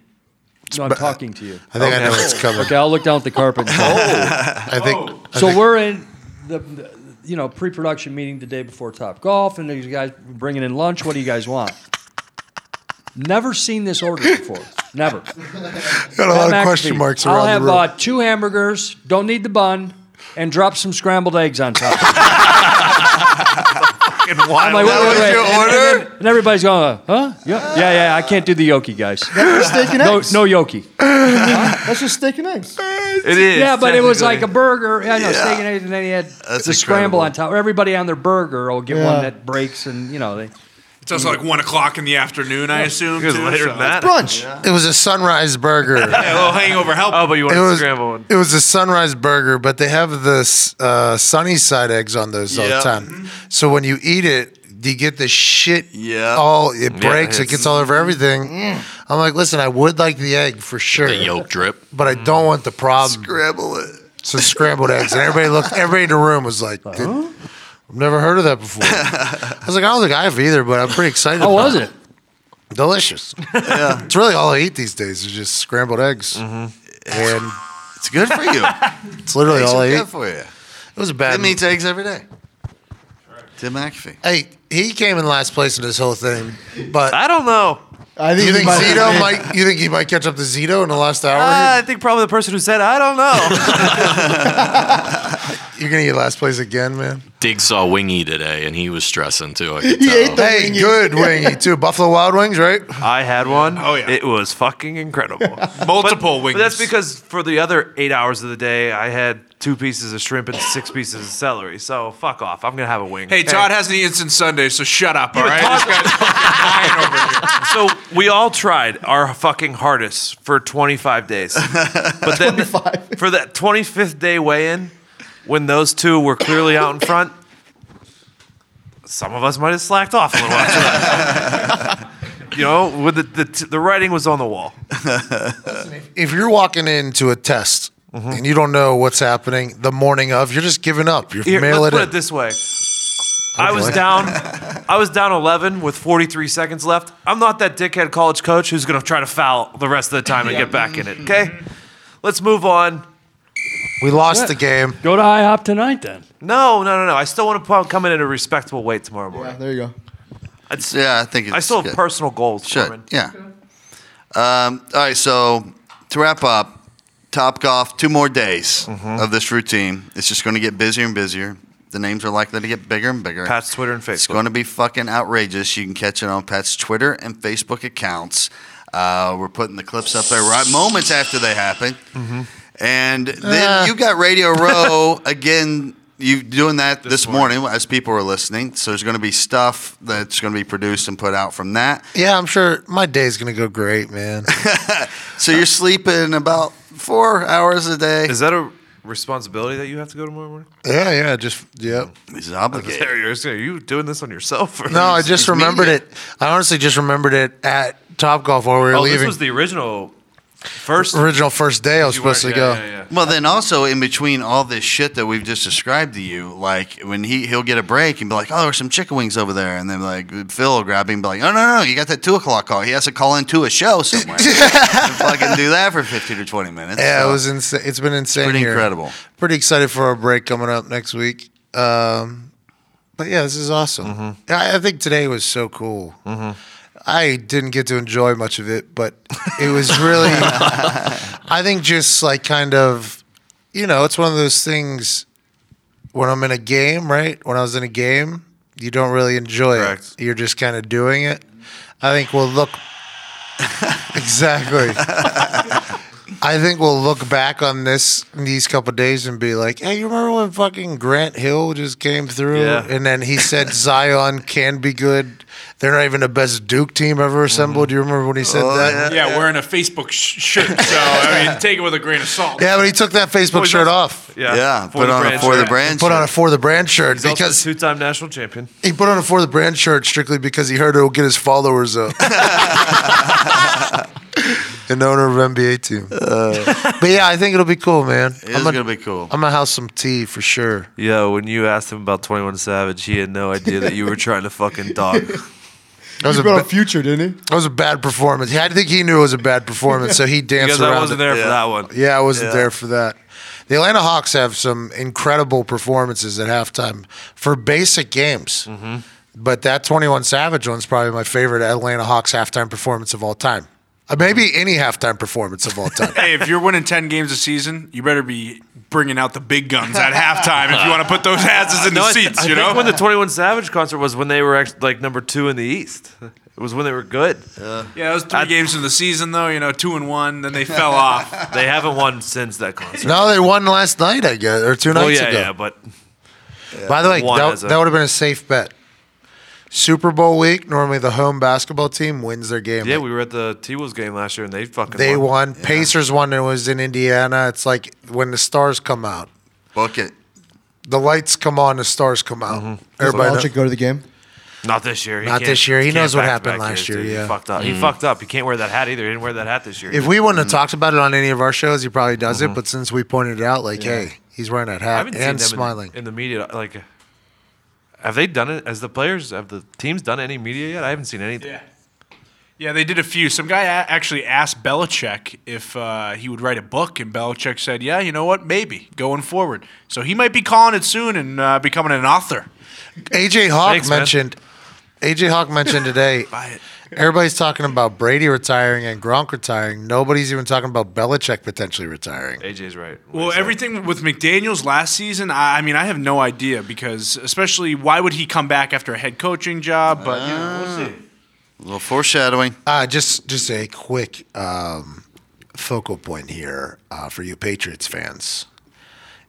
[SPEAKER 9] No, I'm talking to you.
[SPEAKER 6] I think I know what's coming.
[SPEAKER 9] Okay, I'll look down at the carpet.
[SPEAKER 6] I think. I
[SPEAKER 9] So
[SPEAKER 6] think-
[SPEAKER 9] we're in the, the you know pre-production meeting the day before Top Golf, and these guys bringing in lunch. What do you guys want? Never seen this order before. Never.
[SPEAKER 6] Got a lot
[SPEAKER 9] Pat
[SPEAKER 6] of question marks
[SPEAKER 9] I'll
[SPEAKER 6] around the
[SPEAKER 9] have
[SPEAKER 6] room.
[SPEAKER 9] Uh, two hamburgers. Don't need the bun, and drop some scrambled eggs on top. I'm like,
[SPEAKER 4] That
[SPEAKER 9] wait, wait,
[SPEAKER 4] was
[SPEAKER 9] wait.
[SPEAKER 4] your
[SPEAKER 9] And-
[SPEAKER 4] order?
[SPEAKER 9] And, and everybody's going, uh, huh? Yeah, yeah, yeah. I can't do the yoki, guys.
[SPEAKER 8] That's steak and
[SPEAKER 9] no,
[SPEAKER 8] eggs.
[SPEAKER 9] no yoki.
[SPEAKER 8] That's just steak and eggs.
[SPEAKER 4] It is.
[SPEAKER 9] yeah, but it was like a
[SPEAKER 4] technically.
[SPEAKER 9] burger. Yeah, no,
[SPEAKER 4] Yeah.
[SPEAKER 9] steak and eggs, and then he had
[SPEAKER 4] That's
[SPEAKER 9] the
[SPEAKER 4] incredible.
[SPEAKER 9] scramble on top. Everybody on their burger will get
[SPEAKER 7] Yeah.
[SPEAKER 9] one that breaks, and you know they.
[SPEAKER 7] It's also like one o'clock in the afternoon, I assume. too, so-
[SPEAKER 6] It was a sunrise burger.
[SPEAKER 7] Yeah, a little hangover help.
[SPEAKER 4] Oh, but you
[SPEAKER 6] it
[SPEAKER 4] want to
[SPEAKER 6] was,
[SPEAKER 4] scramble one?
[SPEAKER 6] it was a sunrise burger, but they have the uh, sunny side eggs on those all the
[SPEAKER 4] Yep.
[SPEAKER 6] time. So when you eat it, you get the shit
[SPEAKER 3] Yeah.
[SPEAKER 6] all it breaks, it
[SPEAKER 3] it's-
[SPEAKER 6] gets all over everything. I'm like, listen, I would like the egg for sure.
[SPEAKER 1] yolk drip.
[SPEAKER 6] But I don't want the problem.
[SPEAKER 3] Scramble it.
[SPEAKER 6] So scrambled eggs. And everybody looked everybody in the room was like, "Dude, I've never heard of that before. I was like, I don't think I have either, but I'm pretty excited.
[SPEAKER 9] How
[SPEAKER 6] about
[SPEAKER 9] was it?
[SPEAKER 6] Delicious. Yeah. it's really all I eat these days is just scrambled eggs. And
[SPEAKER 3] it's good for you.
[SPEAKER 6] It's literally
[SPEAKER 3] Eggs
[SPEAKER 6] all
[SPEAKER 3] are
[SPEAKER 6] I
[SPEAKER 3] good
[SPEAKER 6] eat.
[SPEAKER 3] for you.
[SPEAKER 6] It was a bad.
[SPEAKER 3] Tim eats eggs every day. Tim McAfee.
[SPEAKER 6] Hey, he came in last place in this whole thing, but
[SPEAKER 4] I don't know.
[SPEAKER 8] I
[SPEAKER 6] think you
[SPEAKER 4] think he
[SPEAKER 6] think
[SPEAKER 4] might-
[SPEAKER 6] Zito might. You think he might catch up to Zito in the last hour?
[SPEAKER 4] Ah, I think probably the person who said I don't know.
[SPEAKER 6] You're gonna get last place again, man.
[SPEAKER 1] Dig saw Wingy today, and he was stressing too. I could
[SPEAKER 6] He
[SPEAKER 1] tell.
[SPEAKER 6] ate the Hey, wingy. good wingy, too. Buffalo Wild Wings, right?
[SPEAKER 4] I had one. Oh yeah, it was fucking incredible. Multiple wings. But that's because for the other eight hours of the day, I had two pieces of shrimp and six pieces of celery. So fuck off. I'm gonna have a wing.
[SPEAKER 7] Hey, Todd hasn't eaten since Sunday, so shut up. All right.
[SPEAKER 4] so we all tried our fucking hardest for 25 days. But then for that 25th day weigh in, when those two were clearly out in front, some of us might have slacked off a little after that. you know, with the, the the writing was on the wall.
[SPEAKER 6] If you're walking into a test and you don't know what's happening the morning of, you're just giving up. You're
[SPEAKER 4] Here,
[SPEAKER 6] mail
[SPEAKER 4] let's
[SPEAKER 6] it
[SPEAKER 4] put
[SPEAKER 6] in.
[SPEAKER 4] it this way. I was
[SPEAKER 6] Okay.
[SPEAKER 4] down. I was down 11 with 43 seconds left. I'm not that dickhead college coach who's going to try to foul the rest of the time and get back in
[SPEAKER 6] Mm-hmm.
[SPEAKER 4] it. Okay, let's move on.
[SPEAKER 6] We lost the game.
[SPEAKER 9] Go to IHOP tonight then.
[SPEAKER 4] No, no, no, no. I still want to come in at a respectable weight tomorrow morning.
[SPEAKER 8] There you go.
[SPEAKER 3] yeah, I think it's
[SPEAKER 4] I still have
[SPEAKER 3] good.
[SPEAKER 4] personal goals.
[SPEAKER 3] Should
[SPEAKER 4] Norman.
[SPEAKER 3] yeah. Um, all right, so to wrap up, Top Golf, two more days
[SPEAKER 4] Mm-hmm.
[SPEAKER 3] of this routine. It's just going to get busier and busier. The names are likely to get bigger and bigger.
[SPEAKER 4] Pat's Twitter and
[SPEAKER 3] It's
[SPEAKER 4] Facebook.
[SPEAKER 3] going to be fucking outrageous. You can catch it on Pat's Twitter and Facebook accounts. Uh, we're putting the clips up there right moments after they happen. And then
[SPEAKER 6] Uh.
[SPEAKER 3] you got Radio Row again. You doing that this, morning. as people are listening. So there's going to be stuff that's going to be produced and put out from that.
[SPEAKER 6] Yeah, I'm sure my day's gonna go great, man.
[SPEAKER 3] So you're sleeping about four hours a day.
[SPEAKER 4] Is that a responsibility that you have to go tomorrow morning?
[SPEAKER 6] yeah, yeah, just yep.
[SPEAKER 3] He's
[SPEAKER 4] Are you- are you doing this on yourself? or-
[SPEAKER 6] No, I just remembered it. I honestly just remembered it at Top Golf while we were
[SPEAKER 4] Oh,
[SPEAKER 6] leaving.
[SPEAKER 4] this was the original first
[SPEAKER 6] original first day I was
[SPEAKER 4] You
[SPEAKER 6] supposed to
[SPEAKER 4] weren't-
[SPEAKER 6] go.
[SPEAKER 4] yeah, yeah, yeah.
[SPEAKER 3] Well, then also in between all this shit that we've just described to you, like when he he'll get a break and be like, "Oh, there's some chicken wings over there," and then like Phil will grab him and be like, "No, no, no, you got that two o'clock call. He has to call into a show somewhere. and fucking do that for fifteen or twenty minutes."
[SPEAKER 6] Yeah,
[SPEAKER 3] So
[SPEAKER 6] it was insane. It's been insane.
[SPEAKER 3] pretty
[SPEAKER 6] here.
[SPEAKER 3] incredible.
[SPEAKER 6] Pretty excited for our break coming up next week. Um, but yeah, this is awesome. I, I think today was so cool. I didn't get to enjoy much of it, but it was really. I think just like kind of, you know, it's one of those things. When I'm in a game, right? When I was in a game, you don't really enjoy it. You're just kind of doing it. I think we'll look. exactly. I think we'll look back on this these couple days and be like, "Hey, you remember when fucking Grant Hill just came through,
[SPEAKER 4] Yeah.
[SPEAKER 6] and then he said Zion can be good. They're not even the best Duke team ever assembled. Do you remember when he said that?
[SPEAKER 7] yeah, wearing a Facebook sh- shirt. So I mean, take it with a grain of salt.
[SPEAKER 6] Yeah, but he took that Facebook shirt off.
[SPEAKER 4] Yeah,
[SPEAKER 3] Yeah,
[SPEAKER 4] For
[SPEAKER 3] put
[SPEAKER 4] the
[SPEAKER 3] on a
[SPEAKER 4] brand
[SPEAKER 3] for the
[SPEAKER 4] shirt.
[SPEAKER 3] brand.
[SPEAKER 6] Put on a
[SPEAKER 3] shirt.
[SPEAKER 6] for the brand shirt
[SPEAKER 4] He's also
[SPEAKER 6] because
[SPEAKER 4] a two-time national champion.
[SPEAKER 6] he put on a for the brand shirt strictly because he heard it will get his followers up. An owner of NBA team. but yeah, I think it'll be cool, man.
[SPEAKER 3] It is gonna be cool.
[SPEAKER 6] I'm gonna house some tea for sure.
[SPEAKER 4] Yeah, when you asked him about Twenty One Savage, he had no idea that you were trying to fucking dog.
[SPEAKER 6] That was
[SPEAKER 8] He
[SPEAKER 6] a
[SPEAKER 8] brought
[SPEAKER 6] ba-
[SPEAKER 8] up future, didn't he?
[SPEAKER 6] That was a bad performance. Yeah, I think he knew it was a bad performance, so he danced
[SPEAKER 4] Because
[SPEAKER 6] around.
[SPEAKER 4] I wasn't
[SPEAKER 6] it.
[SPEAKER 4] there for that one.
[SPEAKER 6] Yeah, I wasn't
[SPEAKER 4] Yeah.
[SPEAKER 6] there for that. The Atlanta Hawks have some incredible performances at halftime for basic games.
[SPEAKER 4] Mm-hmm.
[SPEAKER 6] But that 21 Savage one's probably my favorite Atlanta Hawks halftime performance of all time. Uh, Maybe
[SPEAKER 4] Mm-hmm.
[SPEAKER 6] any halftime performance of all time.
[SPEAKER 7] Hey, if you're winning ten games a season, you better be bringing out the big guns at halftime if you want to put those asses in the
[SPEAKER 4] No, I th-
[SPEAKER 7] seats.
[SPEAKER 4] I
[SPEAKER 7] you
[SPEAKER 4] think
[SPEAKER 7] know,
[SPEAKER 4] when the Twenty One Savage concert was when they were actually like number two in the East. It was when they were good.
[SPEAKER 7] yeah, those three games in the season though. You know, two and one, then they fell off.
[SPEAKER 4] They haven't won since that concert.
[SPEAKER 6] no, they won last night, I guess, or two nights
[SPEAKER 4] well, yeah,
[SPEAKER 6] ago.
[SPEAKER 4] yeah, but
[SPEAKER 6] By the way,
[SPEAKER 4] One
[SPEAKER 6] that,
[SPEAKER 4] as a-
[SPEAKER 6] that would have been a safe bet. Super Bowl week, normally the home basketball team wins their game.
[SPEAKER 4] yeah, we were at the T Wolves game last year and they fucking
[SPEAKER 6] They won. Pacers won. It was in Indiana. It's like when the stars come out,
[SPEAKER 3] Book it.
[SPEAKER 6] the lights come on, the stars come out.
[SPEAKER 4] Mm-hmm.
[SPEAKER 6] Everybody.
[SPEAKER 8] Everybody go to the game.
[SPEAKER 4] Not this year. He
[SPEAKER 6] Not
[SPEAKER 4] can't-
[SPEAKER 6] this year. He
[SPEAKER 4] can't
[SPEAKER 6] knows what
[SPEAKER 4] back-to-back
[SPEAKER 6] happened last
[SPEAKER 4] years,
[SPEAKER 6] year,
[SPEAKER 4] dude.
[SPEAKER 6] yeah. Mm.
[SPEAKER 4] he fucked up. He fucked up. He can't wear that hat either. He didn't wear that hat this year.
[SPEAKER 6] if we
[SPEAKER 4] Mm-hmm.
[SPEAKER 6] wouldn't have talked about it on any of our shows, he probably does it. But since we pointed it out, like, hey, he's wearing that
[SPEAKER 4] I
[SPEAKER 6] hat
[SPEAKER 4] haven't seen
[SPEAKER 6] and
[SPEAKER 4] them in the-
[SPEAKER 6] smiling.
[SPEAKER 4] in the, media. Like, have they done it? As the players, have the teams done any media yet? I haven't seen anything.
[SPEAKER 7] Yeah. Yeah, they did a few. Some guy a- actually asked Belichick if uh, he would write a book, and Belichick said, "Yeah, you know what? Maybe going forward." So he might be calling it soon and uh, becoming an author.
[SPEAKER 6] AJ Hawk
[SPEAKER 4] Thanks, man.
[SPEAKER 6] mentioned. AJ Hawk mentioned today.
[SPEAKER 7] Buy it.
[SPEAKER 6] Everybody's talking about Brady retiring and Gronk retiring. Nobody's even talking about Belichick potentially retiring.
[SPEAKER 4] AJ's right.
[SPEAKER 7] Well, everything with McDaniels last season, I, I mean, I have no idea because, especially, why would he come back after a head coaching job? But you know, we'll see.
[SPEAKER 3] A little foreshadowing.
[SPEAKER 6] Uh, just just a quick um, focal point here uh, for you Patriots fans.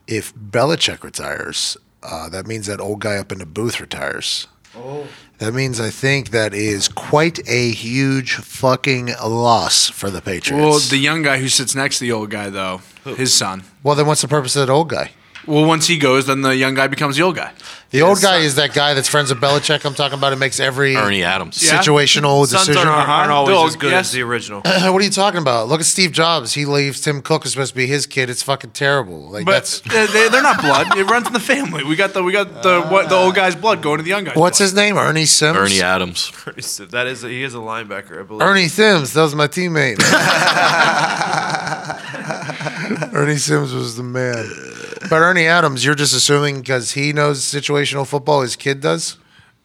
[SPEAKER 6] If Belichick retires, uh, that means that old guy up in the booth retires.
[SPEAKER 7] Oh.
[SPEAKER 6] That means I think that is quite a huge fucking loss for the Patriots.
[SPEAKER 7] Well, the young guy who sits next to the old guy, though, his son.
[SPEAKER 6] Well, then what's the purpose of that old guy?
[SPEAKER 7] Well, once he goes, then the young guy becomes the old guy.
[SPEAKER 6] The old guy is that guy that's friends with Belichick. I'm talking about. It makes every
[SPEAKER 7] Ernie Adams. Yeah.
[SPEAKER 6] situational
[SPEAKER 7] Sons
[SPEAKER 6] decision.
[SPEAKER 7] aren't- aren't always They'll- as good yes.
[SPEAKER 4] as the original.
[SPEAKER 6] what are you talking about? Look at Steve Jobs. He leaves Tim Cook is supposed to be his kid. It's fucking terrible. Like
[SPEAKER 7] But
[SPEAKER 6] that's
[SPEAKER 7] they, they- they're not blood. It runs in the family. We got the we got the what, the old guy's blood going to the young guy.
[SPEAKER 6] what's his name? Ernie Sims.
[SPEAKER 1] Ernie Adams.
[SPEAKER 4] That is he is a linebacker, I believe.
[SPEAKER 6] Ernie Sims. That was my teammate. Ernie Sims was the man. But Ernie Adams, you're just assuming because he knows situational football, his kid does.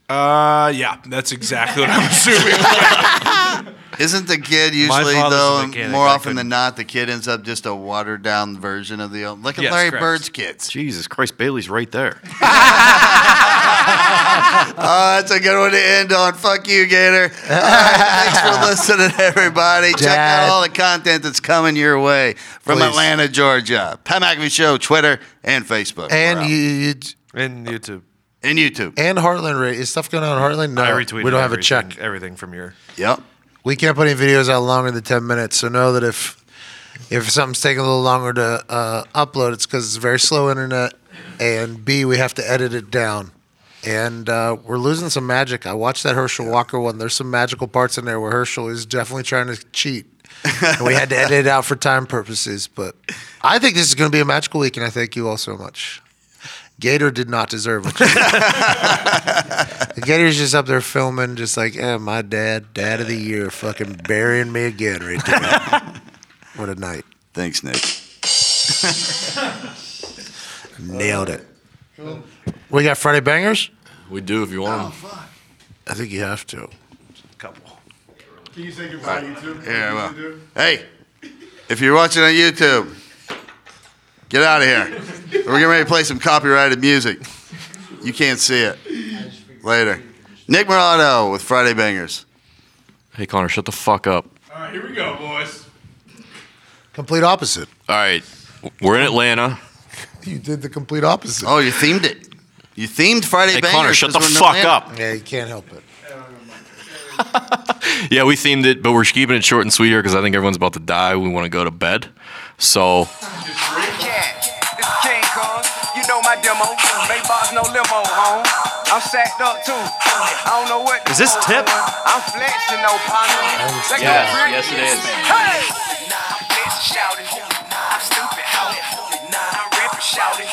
[SPEAKER 7] Uh, yeah, that's exactly what I'm assuming.
[SPEAKER 3] Isn't the kid
[SPEAKER 7] My
[SPEAKER 3] usually
[SPEAKER 7] father's
[SPEAKER 3] though
[SPEAKER 7] a mechanic,
[SPEAKER 3] more
[SPEAKER 7] I
[SPEAKER 3] often than not the kid ends up just a watered down version of the old? Look at
[SPEAKER 1] Yes,
[SPEAKER 3] Larry
[SPEAKER 1] correct.
[SPEAKER 3] Bird's kids.
[SPEAKER 1] Jesus Christ, Bailey's right there.
[SPEAKER 3] Oh, that's a good one to end on. Fuck you, Gator. All right, thanks for listening, everybody. Check out
[SPEAKER 6] Dad.
[SPEAKER 3] all the content that's coming your way from
[SPEAKER 6] Please.
[SPEAKER 3] Atlanta, Georgia. Pat McAfee Show, Twitter, and Facebook.
[SPEAKER 6] And
[SPEAKER 3] We're out.
[SPEAKER 6] you, you,
[SPEAKER 4] and YouTube.
[SPEAKER 3] and YouTube.
[SPEAKER 6] And Heartland Ra- is stuff going on in Heartland? No,
[SPEAKER 4] I retweeted
[SPEAKER 6] we don't have a
[SPEAKER 4] everything-
[SPEAKER 6] check.
[SPEAKER 4] Everything from your
[SPEAKER 3] Yep.
[SPEAKER 6] We can't put any videos out longer than ten minutes. So know that if if something's taking a little longer to uh, upload, it's because it's very slow internet, and B we have to edit it down. And uh, we're losing some magic. I watched that Herschel Walker one. There's some magical parts in there where Herschel is definitely trying to cheat. and we had to edit it out for time purposes. But I think this is going to be a magical week, and I thank you all so much. Gator did not deserve it. The Gator's just up there filming, just like, eh, my dad, dad of the year, fucking burying me again right there. what a night.
[SPEAKER 3] Thanks, Nick.
[SPEAKER 6] Nailed it. We got Friday Bangers?
[SPEAKER 1] We do if you want. them.
[SPEAKER 6] I think you have to.
[SPEAKER 5] Can you say goodbye to YouTube?
[SPEAKER 3] Yeah, I will. Hey, if you're watching on YouTube, get out of here. We're getting ready to play some copyrighted music. You can't see it. Later. Nick Morado with Friday Bangers.
[SPEAKER 1] Hey Connor, shut the fuck up.
[SPEAKER 7] All right, here we go, boys.
[SPEAKER 6] Complete opposite.
[SPEAKER 1] All right, we're in Atlanta.
[SPEAKER 6] You did the complete opposite.
[SPEAKER 3] Oh, you themed it. You themed Friday
[SPEAKER 1] Hey,
[SPEAKER 3] Bangers.
[SPEAKER 1] Connor, shut
[SPEAKER 3] 'cause
[SPEAKER 1] the
[SPEAKER 3] we're in
[SPEAKER 1] fuck
[SPEAKER 3] Atlanta.
[SPEAKER 1] up.
[SPEAKER 6] Yeah, you can't help it.
[SPEAKER 1] Yeah, we themed it, but we're keeping it short and sweeter because I think everyone's about to die. We want to go to bed. So
[SPEAKER 12] Yeah, it's King Kong. You know my demo. Maybach's no limo, home. I'm sacked up too. I don't know what.
[SPEAKER 1] Is this
[SPEAKER 12] the
[SPEAKER 1] tip?
[SPEAKER 12] fuck going on. I'm flexing, no partner. That go
[SPEAKER 1] Yes,
[SPEAKER 12] brick.
[SPEAKER 1] yes, it is.
[SPEAKER 12] Hey! I'm flexing, shouting. I'm stupid, out. I'm rapping, shouting.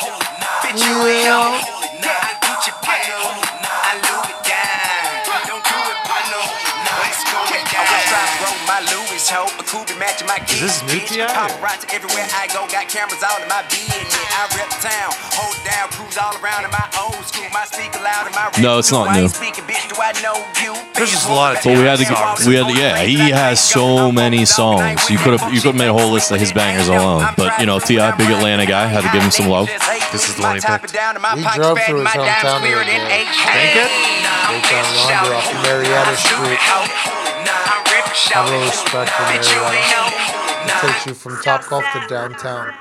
[SPEAKER 12] Bitch, you ain't on. Yeah, I Gucci partner. I Louis down. Don't do it, partner. What's going down? I was trying to roll my Louis, hoe. A Kubi matching my
[SPEAKER 4] Is this new
[SPEAKER 12] bitch.
[SPEAKER 4] T.I. or-
[SPEAKER 12] Paparazzi everywhere I go, got cameras all in my business. I rep the town, hold down, cruise all around in my old school. My speaker loud in my
[SPEAKER 1] No, it's not new.
[SPEAKER 12] speaking, bitch, do I know you?
[SPEAKER 4] There's just a lot of
[SPEAKER 1] But we had to go. We had to, yeah. He has so many songs. You could have you could have made a whole list of his bangers alone. But you know, Ti, big Atlanta guy, had to give him some love.
[SPEAKER 12] This
[SPEAKER 4] is the one he picked.
[SPEAKER 6] He drove through his hometown the other day.
[SPEAKER 12] Think it?
[SPEAKER 6] They found Longer off of Marietta Street. I have a little respect for Marietta. It takes you from top golf to downtown.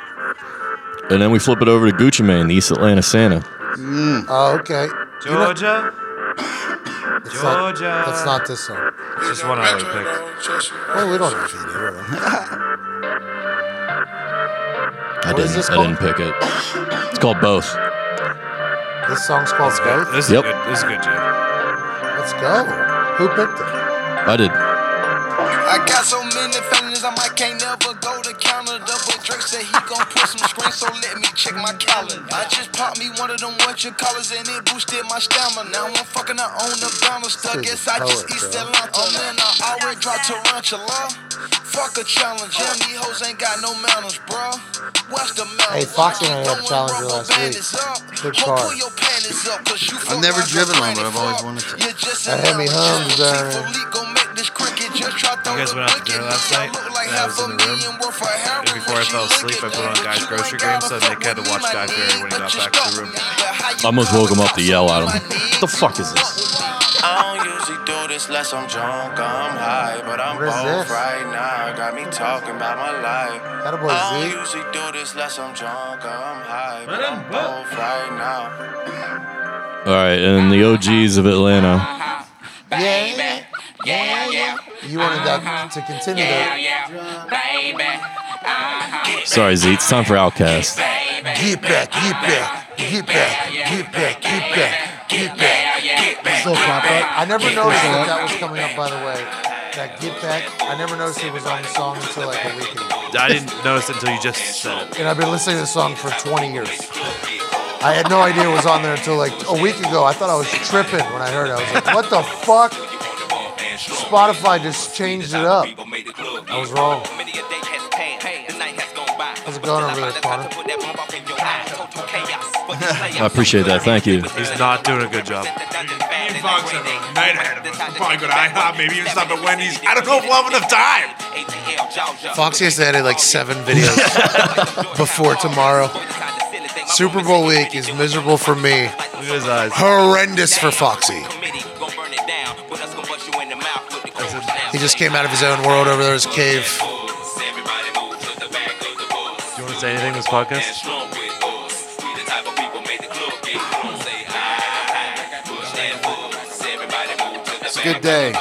[SPEAKER 1] And then we flip it over to Gucci Mane, the East Atlanta Santa.
[SPEAKER 6] Oh, okay. You know-
[SPEAKER 4] Georgia.
[SPEAKER 6] It's not-
[SPEAKER 4] Georgia.
[SPEAKER 6] That's not this song.
[SPEAKER 4] It's just one I would pick.
[SPEAKER 6] Well, we don't have to do that.
[SPEAKER 1] I
[SPEAKER 6] What is
[SPEAKER 1] didn't.
[SPEAKER 6] this
[SPEAKER 1] I didn't pick it. It's called both.
[SPEAKER 6] This song's called Both.
[SPEAKER 4] This is
[SPEAKER 1] Yep.
[SPEAKER 4] good. This is good, Jim.
[SPEAKER 6] Let's go. Who picked it?
[SPEAKER 1] I did.
[SPEAKER 12] I got so many feelings, I might can't never go to Canada. But Drake said he gon' put some screens, so let me check my calendar. I just popped me one of them what you callers, and it boosted my stamina. Now I'm fucking I own the bouncer stuck.
[SPEAKER 6] This is
[SPEAKER 12] Guess I just
[SPEAKER 6] power,
[SPEAKER 12] eat
[SPEAKER 6] bro.
[SPEAKER 12] Atlanta. Oh man, I already dropped tarantula. Fuck a challenge, yeah, these hoes ain't got no manners, bro. Watch the
[SPEAKER 6] Hey,
[SPEAKER 12] manners.
[SPEAKER 6] Foxy and I had a
[SPEAKER 12] Throwing
[SPEAKER 6] challenger
[SPEAKER 12] rubber
[SPEAKER 6] last week.
[SPEAKER 12] bandits up.
[SPEAKER 6] Good
[SPEAKER 12] Ho,
[SPEAKER 6] car.
[SPEAKER 12] pull your panties up, 'cause you feel
[SPEAKER 3] never
[SPEAKER 12] like a
[SPEAKER 3] driven one, but
[SPEAKER 12] granny
[SPEAKER 3] I've always
[SPEAKER 12] fuck.
[SPEAKER 3] wanted to.
[SPEAKER 12] You're just
[SPEAKER 6] That
[SPEAKER 12] an
[SPEAKER 6] had me
[SPEAKER 12] amateur.
[SPEAKER 6] hummed, uh,
[SPEAKER 12] Fleet gon' make this cricket, just try
[SPEAKER 4] You guys went out to dinner last night, and I was in the room. And before I fell asleep, I put on Guy's Grocery Game, so Nick had to watch Guy Fieri when he got back to the room.
[SPEAKER 1] I almost woke him up to yell at him. What the fuck is this?
[SPEAKER 12] I don't usually do this unless I'm drunk, I'm high, but I'm
[SPEAKER 6] What is
[SPEAKER 12] both
[SPEAKER 6] this?
[SPEAKER 12] right now. Got me talking about my life.
[SPEAKER 6] That a boy
[SPEAKER 12] I don't
[SPEAKER 6] Z.
[SPEAKER 12] usually do this unless I'm drunk, I'm high, but I'm both right now.
[SPEAKER 1] All right, and the OGs of Atlanta.
[SPEAKER 6] Yeah.
[SPEAKER 12] Yeah, yeah, Uh-huh.
[SPEAKER 6] You wanted that to continue.
[SPEAKER 12] yeah, baby.
[SPEAKER 1] Sorry, Z. It's time for Outcast.
[SPEAKER 12] baby. Get back, get back, get back, get back, get back, get back, get back.
[SPEAKER 6] Still pop up. I never noticed
[SPEAKER 12] Whistle
[SPEAKER 6] that
[SPEAKER 12] up.
[SPEAKER 6] that was coming up. By the way, that Get Back. I never noticed it was on the song until like a week ago,
[SPEAKER 4] I didn't notice it until you just said it.
[SPEAKER 6] and I've been listening to this song for 20 years. I had no idea it was on there until like a week ago. I thought I was tripping when I heard it. I was like, "What the fuck?" Spotify just changed it up. I was wrong. How's it going over there, Connor?
[SPEAKER 1] I appreciate that. Thank you.
[SPEAKER 4] He's not doing a good job.
[SPEAKER 7] Me and Fox have a night ahead of us. We'll probably go to IHOP, maybe even stop at Wendy's. I don't know if we'll have enough time.
[SPEAKER 6] Foxy has to edit like seven videos before tomorrow. Super Bowl week is miserable for me.
[SPEAKER 4] Look at his eyes.
[SPEAKER 6] Horrendous for Foxy. He just came out of his own world over there, his cave.
[SPEAKER 4] You want to say anything in this podcast?
[SPEAKER 12] It's
[SPEAKER 3] a good day.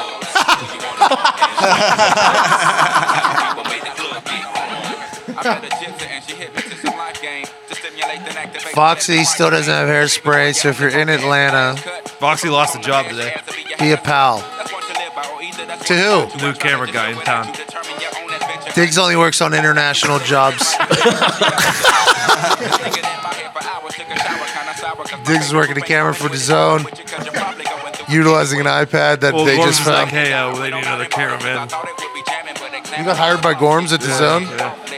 [SPEAKER 6] Foxy still doesn't have hairspray, so if you're in Atlanta,
[SPEAKER 4] Foxy lost a job today.
[SPEAKER 6] be a pal. To who?
[SPEAKER 4] New camera guy in town.
[SPEAKER 6] Diggs only works on international jobs. Diggs is working a camera for the zone, utilizing an iPad that
[SPEAKER 4] Well,
[SPEAKER 6] they
[SPEAKER 4] Gordon's
[SPEAKER 6] just found.
[SPEAKER 4] like, hey, uh, they need another cameraman.
[SPEAKER 6] You got hired by Gorms at the zone?
[SPEAKER 4] Yeah.